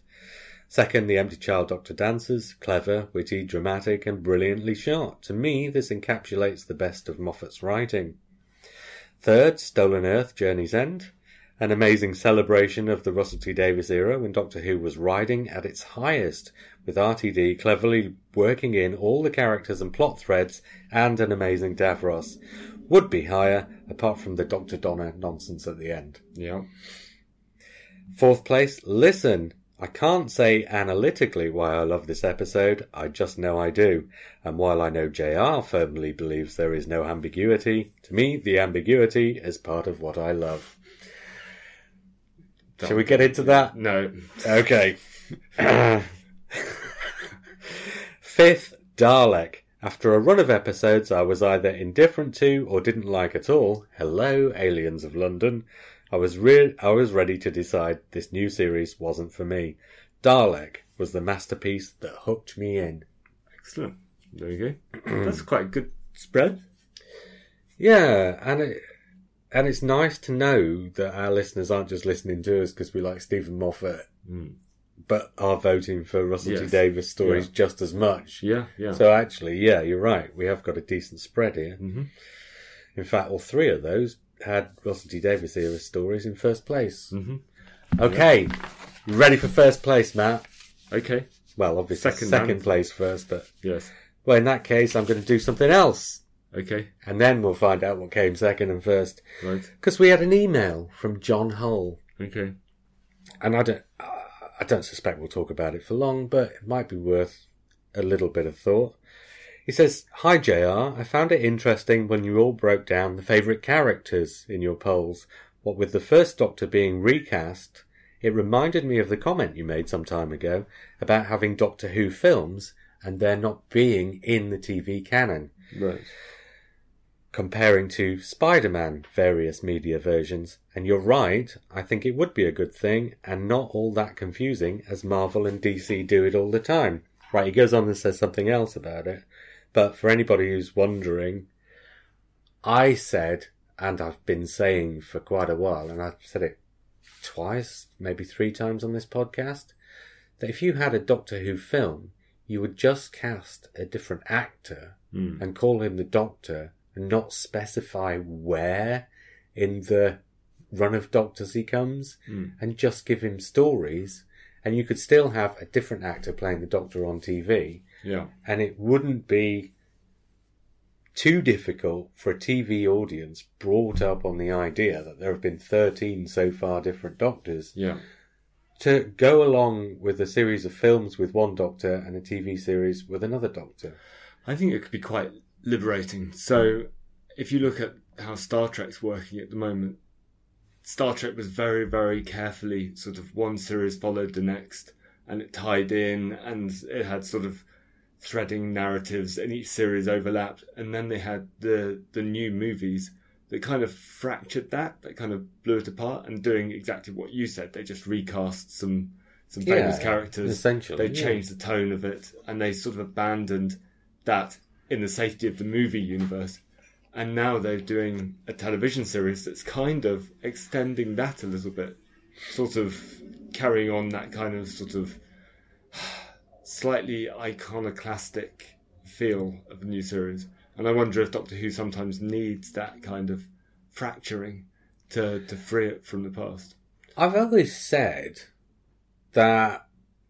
Second, The Empty Child Doctor Dances, clever, witty, dramatic, and brilliantly shot. To me, this encapsulates the best of Moffat's writing. Third, Stolen Earth, Journey's End. An amazing celebration of the Russell T Davis era when Doctor Who was riding at its highest, with RTD cleverly working in all the characters and plot threads and an amazing Davros. Would be higher, apart from the Dr. Donna nonsense at the end. Yeah. Fourth place, listen. I can't say analytically why I love this episode, I just know I do. And while I know JR firmly believes there is no ambiguity, to me, the ambiguity is part of what I love. Shall we get into that? No. Okay. Fifth, Dalek. After a run of episodes I was either indifferent to or didn't like at all, hello, Aliens of London, I was, re- I was ready to decide this new series wasn't for me. Dalek was the masterpiece that hooked me in. Excellent. There you go. That's quite a good spread. Yeah, and it, and it's nice to know that our listeners aren't just listening to us because we like Stephen Moffat, Mm. but are voting for Russell T Yes. Davis stories Yeah. just as much. Yeah. Yeah. So actually, yeah, you're right. We have got a decent spread here. hmm In fact, all three of those had Russell T Davis era stories in first place. hmm Okay, you ready for first place, Matt? Okay. Well, obviously second, Second round. place first, but Yes. well, in that case, I'm going to do something else, Okay. and then we'll find out what came second and first. Right. Because we had an email from John Hull, Okay. and I don't, I don't suspect we'll talk about it for long, but it might be worth a little bit of thought. He says, Hi JR, I found it interesting when you all broke down the favourite characters in your polls. What with the first Doctor being recast, it reminded me of the comment you made some time ago about having Doctor Who films and there not being in the TV canon. Right. comparing to Spider Man various media versions, and you're right, I think it would be a good thing and not all that confusing as Marvel and DC do it all the time. Right, he goes on and says something else about it, but for anybody who's wondering, I said, and I've been saying for quite a while, and I've said it twice, maybe three times on this podcast, that if you had a Doctor Who film, you would just cast a different actor Mm. and call him the Doctor and not specify where in the run of Doctors he comes Mm. and just give him stories. And you could still have a different actor playing the Doctor on TV, Yeah. and it wouldn't be too difficult for a TV audience brought up on the idea that there have been 13 so far different Doctors Yeah. to go along with a series of films with one Doctor and a TV series with another Doctor. I think it could be quite liberating. So, if you look at how Star Trek's working at the moment, Star Trek was very, very carefully sort of one series followed the next, and it tied in, and it had sort of threading narratives, and each series overlapped. And then they had the the new movies that kind of fractured that, that kind of blew it apart, and doing exactly what you said, they just recast some some famous Yeah, characters. Essentially. They yeah. changed the tone of it and they sort of abandoned that in the safety of the movie universe. And now they're doing a television series that's kind of extending that a little bit, sort of carrying on that kind of sort of slightly iconoclastic feel of the new series. And I wonder if Doctor Who sometimes needs that kind of fracturing to, to free it from the past. I've always said that,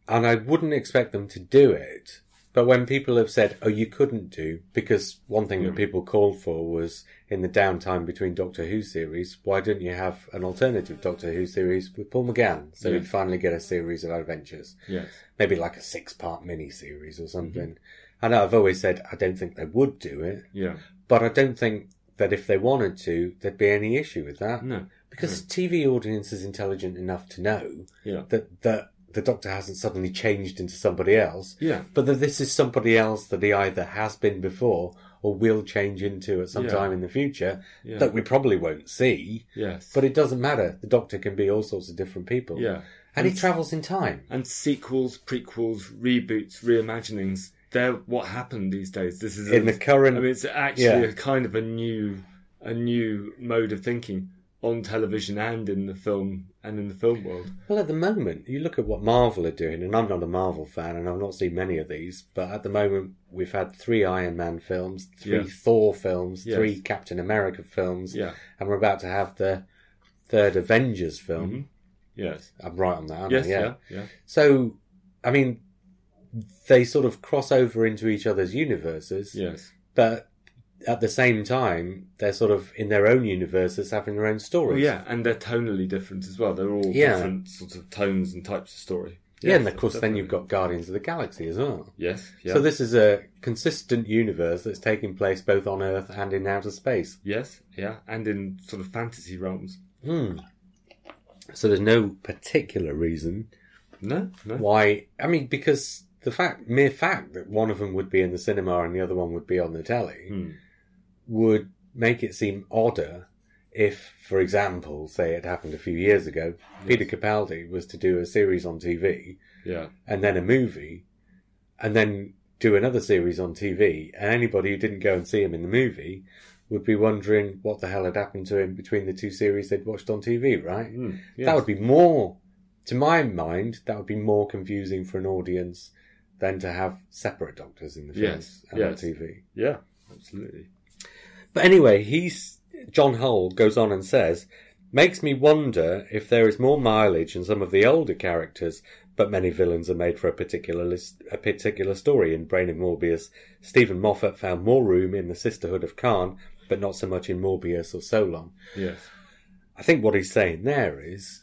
and I wouldn't expect them to do it, but when people have said, oh, you couldn't do, because one thing that Hmm. people called for was in the downtime between Doctor Who series, why didn't you have an alternative Doctor Who series with Paul McGann? So Yeah. you'd finally get a series of adventures, Yes. maybe like a six part mini series or something. Hmm. And I've always said, I don't think they would do it, Yeah. but I don't think that if they wanted to, there'd be any issue with that. No. Because Hmm. TV audience is intelligent enough to know Yeah. that that the doctor hasn't suddenly changed into somebody else, Yeah. but that this is somebody else that he either has been before or will change into at some Yeah. time in the future Yeah. that we probably won't see. Yes. But it doesn't matter. The doctor can be all sorts of different people. yeah. And he travels in time. and sequels, prequels, reboots, reimaginings. They're what happened these days. This is In the I current mean, it's actually Yeah. a kind of a new, a new mode of thinking on television and in the film and in the film world. Well, at the moment, you look at what Marvel are doing, and I'm not a Marvel fan, and I've not seen many of these, but at the moment, we've had three Iron Man films, three Yeah. Thor films, Yes. three Captain America films, Yeah. and we're about to have the third Avengers film. Mhm. Yes. I'm right on that, aren't Yes. I? Yeah. Yeah. So, I mean, they sort of cross over into each other's universes, Yes. but at the same time, they're sort of in their own universes having their own stories. Well, yeah, and they're tonally different as well. They're all Yeah. different sorts of tones and types of story. Yeah, Yes, and of course, then you've got Guardians of the Galaxy as well. Yes. Yeah. So this is a consistent universe that's taking place both on Earth and in outer space. yes. Yeah. And in sort of fantasy realms. Hmm. So there's no particular reason No. No. why. I mean, because the fact, mere fact that one of them would be in the cinema and the other one would be on the telly Hmm. would make it seem odder if, for example, say it happened a few years ago, Peter Capaldi was to do a series on TV Yeah. and then a movie, and then do another series on TV, and anybody who didn't go and see him in the movie would be wondering what the hell had happened to him between the two series they'd watched on TV, right? Hmm. That Yes. would be more, to my mind, that would be more confusing for an audience than to have separate doctors in the films Yes, and yes. on TV. Yeah. Absolutely. But anyway, he's John Hull goes on and says, makes me wonder if there is more mileage in some of the older characters, but many villains are made for a particular list, a particular story. In Brain of Morbius, Stephen Moffat found more room in the Sisterhood of Khan, but not so much in Morbius or Solon. Yes. I think what he's saying there is,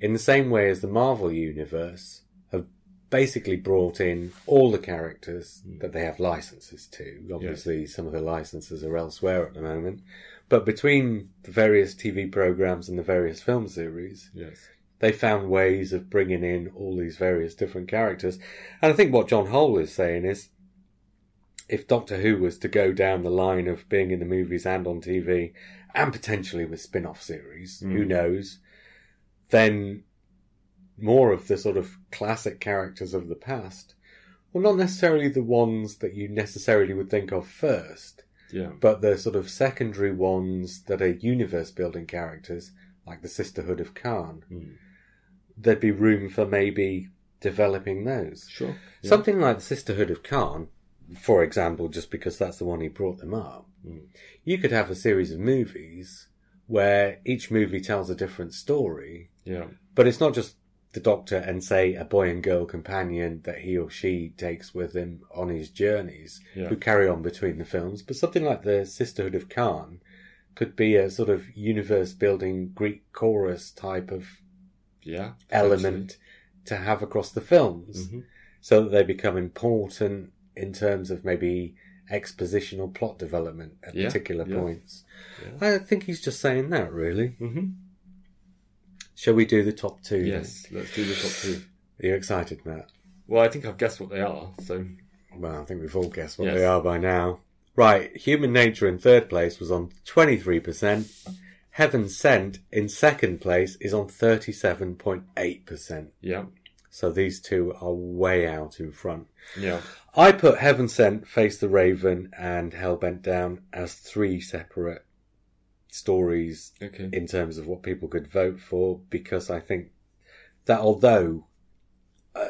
in the same way as the Marvel universe have basically brought in all the characters that they have licenses to. Obviously, some of the licenses are elsewhere at the moment, but between the various TV programs and the various film series, Yes. they found ways of bringing in all these various different characters. And I think what John Hole is saying is if Doctor Who was to go down the line of being in the movies and on TV, and potentially with spin off series, who Mm. knows, then more of the sort of classic characters of the past, well, not necessarily the ones that you necessarily would think of first, Yeah. but the sort of secondary ones that are universe building characters, like the Sisterhood of Khan, Mm. there'd be room for maybe developing those. Sure. Yeah. Something like the Sisterhood of Khan, for example, just because that's the one he brought them up, Mm. you could have a series of movies where each movie tells a different story, Yeah. but it's not just the doctor and, say, a boy and girl companion that he or she takes with him on his journeys Yeah. who carry on between the films, but something like the Sisterhood of Khan could be a sort of universe building Greek chorus type of Yeah. element to have across the films hmm so that they become important in terms of maybe exposition or plot development at Yeah, particular yeah. points. I think he's just saying that, really. hmm Shall we do the top two? then? Yes. Let's do the top two. Are you excited, Matt? Well, I think I've guessed what they are. So Well, I think we've all guessed what Yes. they are by now. Right, Human Nature in third place was on 23%. Heaven Sent in second place is on 37.8%. yeah. So these two are way out in front. Yeah. I put Heaven Sent, Face the Raven, and Hell Bent Down as three separate stories Okay. in terms of what people could vote for because I think that although, uh,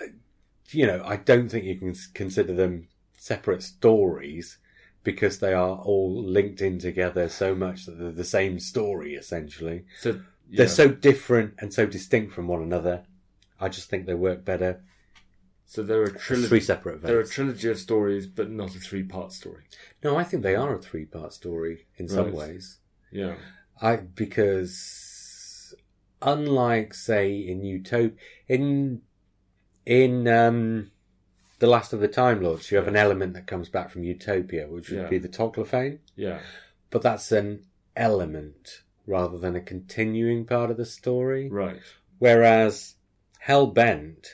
you know, I don't think you can s- consider them separate stories because they are all linked in together so much that they're the same story essentially. So yeah. They're so different and so distinct from one another. I just think they work better So they're a as three trilogy. separate They're a events. trilogy of stories, but not a three-part story. no, I think they are a three-part story in some Right. ways. Yeah. I because unlike say in Utopia in in um the last of the Time Lords, you have an element that comes back from Utopia, which would Yeah. be the Toclophane, Yeah. but that's an element rather than a continuing part of the story. Right. Whereas Hellbent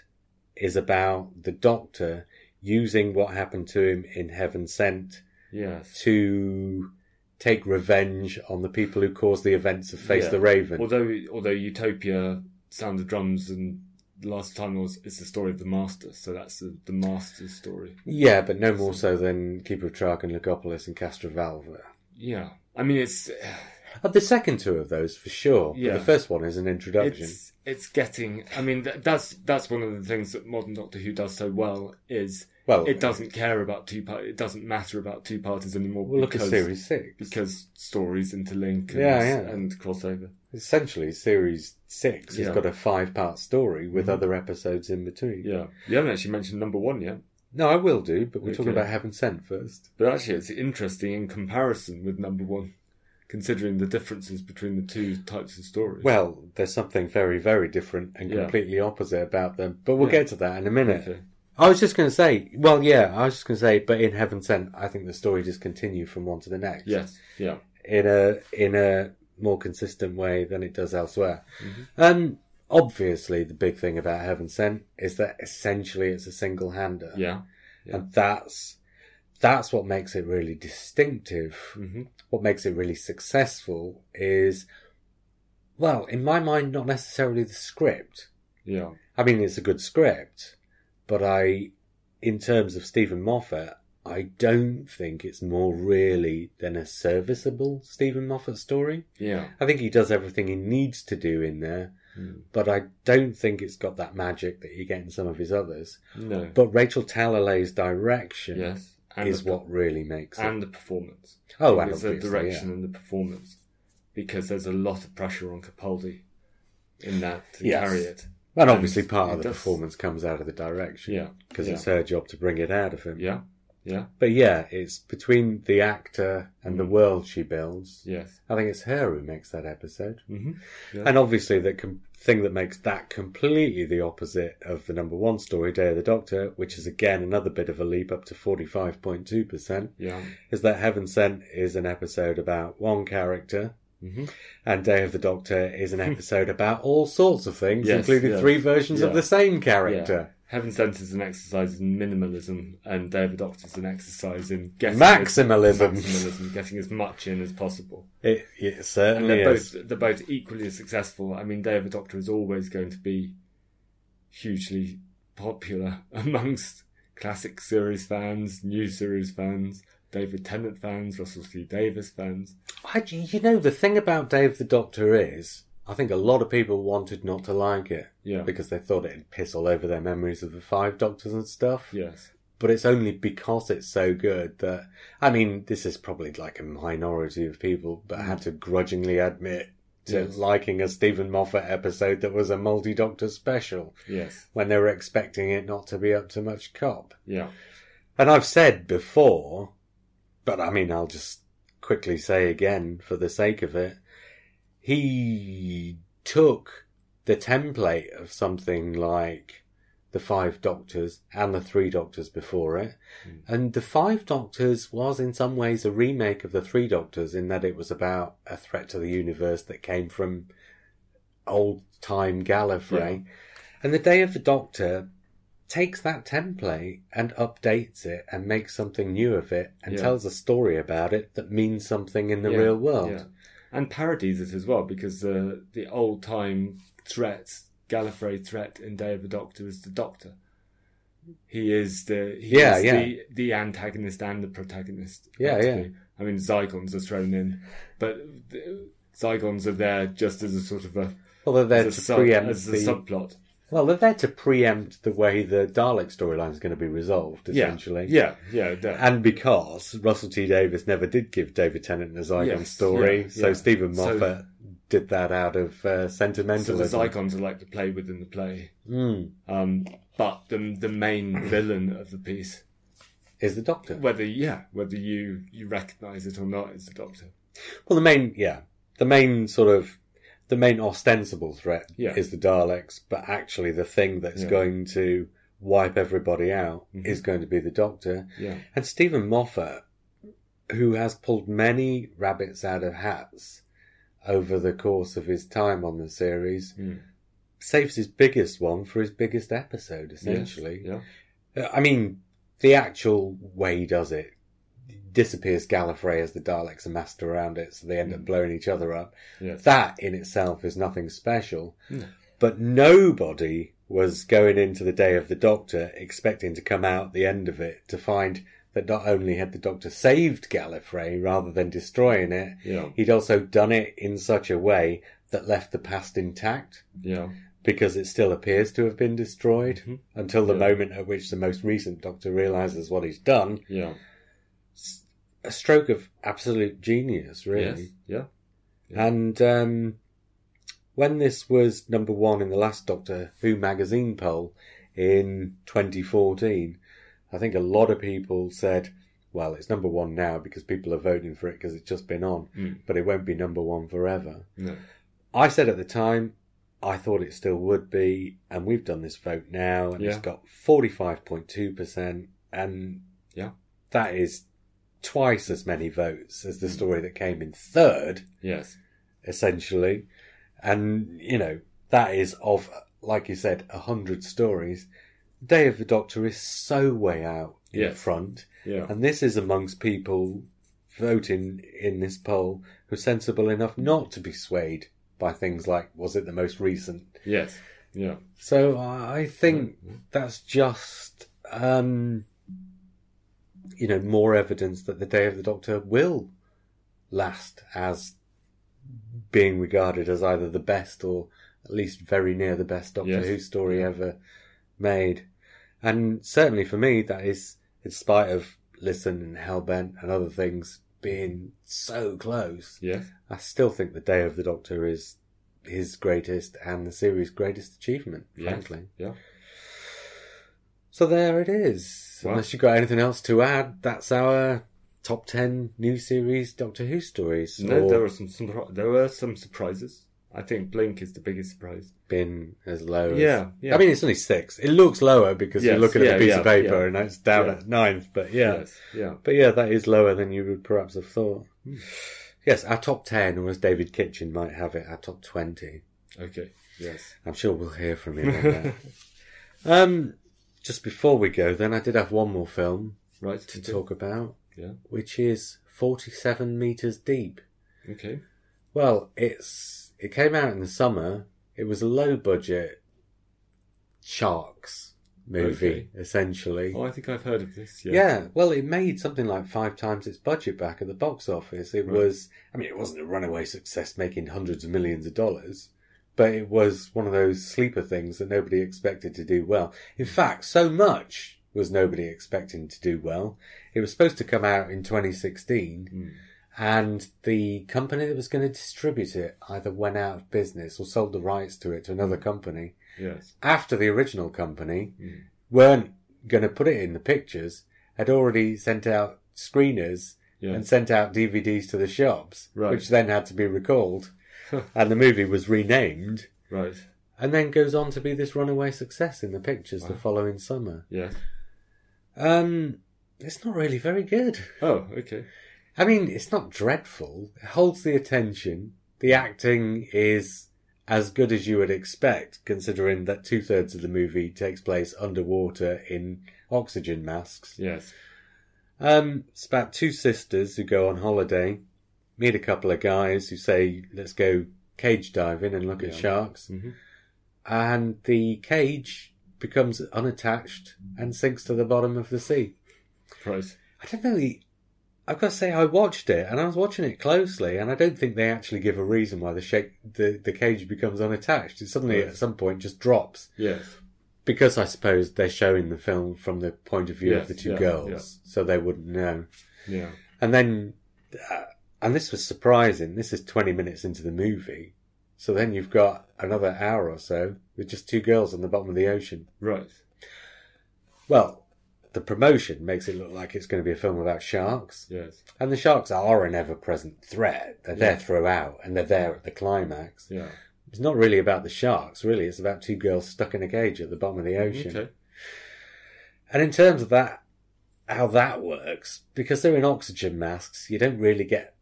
is about the Doctor using what happened to him in Heaven Sent Yes. to take revenge on the people who caused the events of Face Yeah. the Raven. Although, although Utopia, Sound of Drums, and Last Time was it's the story of the master. So that's the, the master's story. yeah, but no more so than Keeper of Track and Legopolis and Castrovalva. Yeah. I mean, it's Uh, The second two of those, for sure. But Yeah. the first one is an introduction. it's it's getting. I mean, th- that's that's one of the things that modern Doctor Who does so well is well, it doesn't care about two part. It doesn't matter about two parties anymore. Well, look because, at Series 6. because stories interlink. And, Yeah, yeah. and crossover. Essentially, Series 6 Yeah. Mm-hmm. has got a five part story with other episodes in between. Yeah, you haven't actually mentioned number one yet, No, I will do, but we're talking Okay. about Heaven Sent first. but actually, it's interesting in comparison with number one, considering the differences between the two types of stories. Well, there's something very, very different and Yeah. completely opposite about them, but we'll Yeah. get to that in a minute. okay. I was just going to say, well, yeah, I was just going to say, but in Heaven Sent, I think the story just continue from one to the next. Yes. Yeah. in a in a more consistent way than it does elsewhere. Mm-hmm. Um, obviously, the big thing about Heaven Sent is that essentially it's a single hander, Yeah. yeah. and that's that's what makes it really distinctive. hmm What makes it really successful is, well, in my mind, not necessarily the script. Yeah. I mean, it's a good script, but I, in terms of Stephen Moffat, I don't think it's more really than a serviceable Stephen Moffat story. Yeah. I think he does everything he needs to do in there, Mm. but I don't think it's got that magic that you get in some of his others. No. But Rachel Talalay direction yes. is the, what really makes it. and the performance. oh, and it's the obviously, direction yeah. and the performance, because there's a lot of pressure on Capaldi in that to Yes. carry it. And and obviously, part it of the does- performance comes out of the direction Yeah. because yeah. it's her job to bring it out of him. yeah. Yeah. But yeah, it's between the actor and Hmm. the world she builds. Yes. I think it's her who makes that episode. Mm-hmm. Yeah. And obviously, the com- thing that makes that completely the opposite of the number one story, Day of the Doctor, which is again another bit of a leap up to 45.2%, Yeah. is that Heaven Sent is an episode about one character Mhm. And Day of the Doctor is an episode about all sorts of things, Yes, including yes. three versions of Yeah. the same character. Heaven Sent is an exercise in minimalism, and Day of the Doctor is an exercise in getting Maximalism. maximalism, getting as much in as possible. It, it And certainly they're is. both they're both equally as successful. I mean, Day of the Doctor is always going to be hugely popular amongst classic series fans, new series fans, David Tennant fans, Russell C Davis fans. I, you know, the thing about Dave the Doctor is, I think a lot of people wanted not to like it Yeah. because they thought it'd piss all over their memories of the Five Doctors and stuff. Yes. But it's only because it's so good that, I mean, this is probably like a minority of people, but had to grudgingly admit to Yes. liking a Stephen Moffat episode that was a multi Doctor special Yes. when they were expecting it not to be up to much cop. Yeah. And I've said before, but I mean, I'll just quickly say again for the sake of it. He took the template of something like the Five Doctors and the Three Doctors before it. Mm. And the Five Doctors was in some ways a remake of the Three Doctors in that it was about a threat to the universe that came from old time Gallifrey. And the Day of the Doctor takes that template and updates it and makes something new of it and Yeah. tells a story about it that means something in the Yeah, real world. yeah. And parodies it as well because uh, the old time threat, Gallifrey threat in Day of the Doctor is the Doctor. He is the he Yeah, is yeah. The, the antagonist and the protagonist. Yeah, practically. I mean, Zygons are thrown in, but the, Zygons are there just as a sort of a, Although they're as to a, sub, preempt as a the subplot. well, they're there to preempt the way the Dalek storyline is going to be resolved, Yeah, essentially. yeah, yeah, yeah. And because Russell T Davis never did give David Tennant a Zygon Yes, story, yeah, so yeah. Stephen So- Moffat did that out of uh, So the sentimentalism. Zygons are like to play within the play, Mm, um, but the the main villain of the piece is the Doctor. whether yeah whether you you recognize it or not is the doctor Well, the main, yeah, the main sort of, the main ostensible threat Yeah. is the Daleks, but actually the thing that's Yeah. going to wipe everybody out Mhm. is going to be the Doctor. yeah And Stephen Moffat, who has pulled many rabbits out of hats over the course of his time on the series, Mm. saves his biggest one for his biggest episode, essentially. yeah Uh, I mean, the actual way he does it disappears Gallifrey as the Daleks are massed around it, so they end up Mm. blowing each other up. yes. That in itself is nothing special. No. But nobody was going into the Day of the Doctor expecting to come out the end of it to find that not only had the Doctor saved Gallifrey rather than destroying it, yeah he'd also done it in such a way that left the past intact yeah because it still appears to have been destroyed Mhm. until the Yeah. moment at which the most recent Doctor realizes what he's done. yeah S- A stroke of absolute genius, really. yes yeah Yeah. And um, when this was number one in the last Doctor Who magazine poll in 2014, I think a lot of people said, well, it's number one now because people are voting for it because it's just been on, Mm. but it won't be number one forever. no I said at the time, I thought it still would be, and we've done this vote now, and it's Yeah. got 45.2%, and Yeah. that is twice as many votes as the Hmm. story that came in third yes essentially. And, you know, that is of, like you said, a hundred stories. Day of the Doctor is so way out in Yes. front. yeah And this is amongst people voting in this poll who are sensible enough not to be swayed by things like, was it the most recent? yes yeah So I think that's just, um, you know, more evidence that the Day of the Doctor will last as being regarded as either the best or at least very near the best Doctor Yes. Who story ever made. And certainly for me, that is, in spite of Listen and Hellbent and other things being so close, yes I still think the Day of the Doctor is his greatest and the series' greatest achievement, yes. frankly. yeah So there it is. Wow. Unless you've got anything else to add, that's our top 10 new series Doctor Who stories. no or there were some, some there were some surprises I think Blink is the biggest surprise been as low as. Yeah, yeah. I mean, it's only six. It looks lower because you're Yes, looking at yeah, a piece yeah, of paper yeah. and it's down Yeah. at ninth, but yeah. yes yeah Hmm. But yeah, that is lower than you would perhaps have thought. Yes, our top 10, or as David Kitchen might have it, our top 20. Okay. Yes. I'm sure we'll hear from him on that. Um, just before we go, then, I did have one more film right. to talk about, Yeah. which is 47 Meters Deep. Okay. Well, it's it came out in the summer. It was a low budget sharks movie, essentially. Oh, I think I've heard of this. Yeah. yeah. well, it made something like five times its budget back at the box office. It Right. was, I mean, it wasn't a runaway success making hundreds of millions of dollars, but it was one of those sleeper things that nobody expected to do well. In fact, so much was nobody expecting to do well. It was supposed to come out in 2016, Mm. and the company that was going to distribute it either went out of business or sold the rights to it to another company Yes. after the original company Mm. weren't going to put it in the pictures had already sent out screeners Yes. and sent out DVDs to the shops, Right. which then had to be recalled, and the movie was renamed. Right. And then goes on to be this runaway success in the pictures the Wow. following summer. Yes. Um, it's not really very good. Oh, okay. I mean, it's not dreadful. It holds the attention. The acting is as good as you would expect, considering that two thirds of the movie takes place underwater in oxygen masks. Yes. Um, it's about two sisters who go on holiday, meet a couple of guys who say, let's go cage diving and look at Yeah. sharks. hmm And the cage becomes unattached and sinks to the bottom of the sea. Right. I don't really. I've got to say, I watched it and I was watching it closely, and I don't think they actually give a reason why the shake the, the cage becomes unattached. It suddenly Right. at some point just drops Yes. because I suppose they're showing the film from the point of view Yes, of the two yeah, girls, yeah. so they wouldn't know. Yeah. And then, uh, and this was surprising. This is twenty minutes into the movie, so then you've got another hour or so with just two girls on the bottom of the ocean. Right. Well, the promotion makes it look like it's going to be a film about sharks. Yes. And the sharks are an ever present threat. They're there Yeah. throughout and they're there at the climax. Yeah. It's not really about the sharks, really. It's about two girls stuck in a cage at the bottom of the ocean. Okay. And in terms of that, how that works, because they're in oxygen masks, you don't really get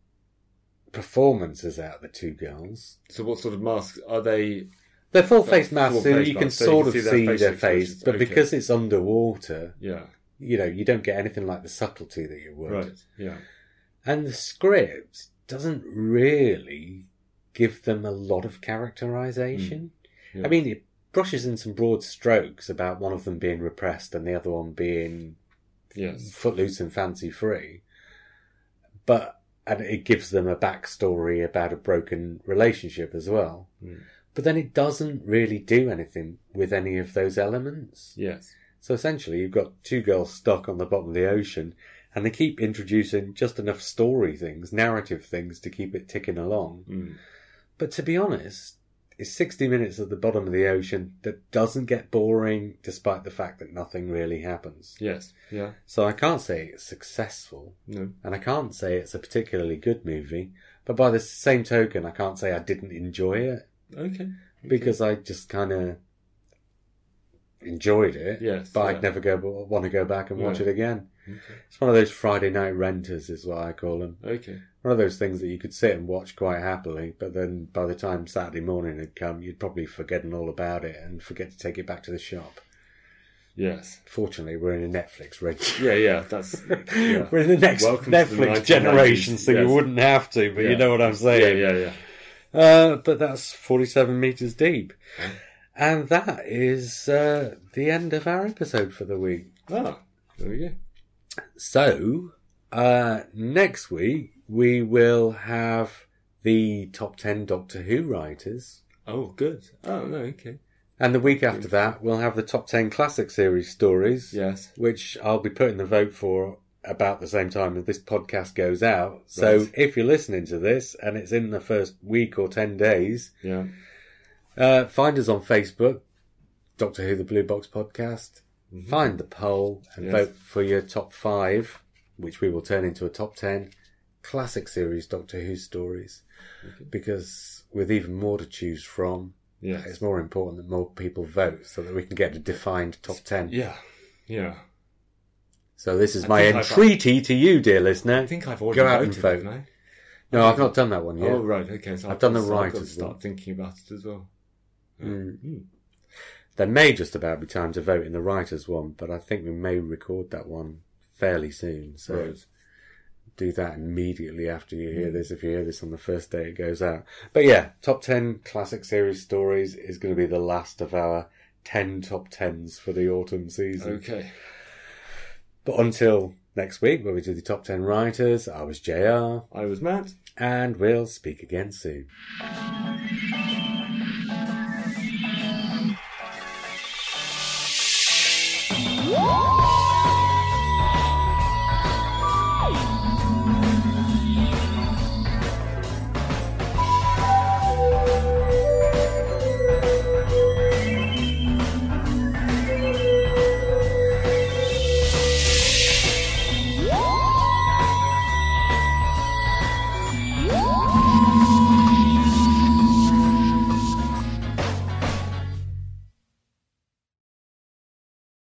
performances out of the two girls. So, what sort of masks are they? They're full face Full masks, so face you can masks, so you sort can of see see their their facial face, expressions. but Okay. because it's underwater, Yeah. you know, you don't get anything like the subtlety that you would. Right. Yeah. And the script doesn't really give them a lot of characterization. Mm, Yeah. I mean, it brushes in some broad strokes about one of them being repressed and the other one being Yes. footloose and fancy free. But, and it gives them a backstory about a broken relationship as well. Mm. But then it doesn't really do anything with any of those elements. Yes. So essentially, you've got two girls stuck on the bottom of the ocean, and they keep introducing just enough story things, narrative things to keep it ticking along. Mm. But to be honest, it's 60 minutes at the bottom of the ocean that doesn't get boring despite the fact that nothing really happens. Yes. Yeah. So I can't say it's successful, No. and I can't say it's a particularly good movie, but by the same token, I can't say I didn't enjoy it Okay. because I just kind of enjoyed it. Yes. But yeah. I'd never go want to go back and watch No. it again. Okay. It's one of those Friday night renters, is what I call them. okay. One of those things that you could sit and watch quite happily, but then by the time Saturday morning had come, you'd probably forgotten all about it and forget to take it back to the shop. Yes. Fortunately, we're in a Netflix reg. Yeah. Yeah. That's. Yeah. We're in the next Welcome to the Netflix 1990s, generation, so you yes. wouldn't have to, but you Yeah. know what I'm yeah. saying. Yeah. Yeah. Uh, but that's 47 meters deep. And that is uh, the end of our episode for the week. Ah. There we go. So, uh, next week we will have the top 10 Doctor Who writers. Oh, good. Oh no. Okay. And the week after that, we'll have the top 10 classic series stories, Yes. which I'll be putting the vote for about the same time as this podcast goes out. So, Right. if you're listening to this and it's in the first week or 10 days, Yeah. uh, find us on Facebook, Doctor Who the Blue Box Podcast. Find the poll and Mm-hmm. Yes. vote for your top five, which we will turn into a top ten classic series Doctor Who stories. Because with even more to choose from, Yes. it's more important that more people vote so that we can get a defined top ten. Yeah. Yeah. So this is I my think I've- entreaty to you, dear listener. I think I've already Go out and voted, vote. haven't I? No, I've not done that one yet. Oh right, okay. So I've done the got- so I've got to writers start one. thinking about it as well. Mm. Mm. There may just about be time to vote in the writers one, but I think we may record that one fairly soon. So Right. Hmm. do that immediately after you hear this. If you hear this on the first day it goes out, but yeah, top ten classic series stories is going to be the last of our ten top tens for the autumn season. Okay. But until next week, where we do the top ten writers, I was Jr. I was mad. and we'll speak again soon.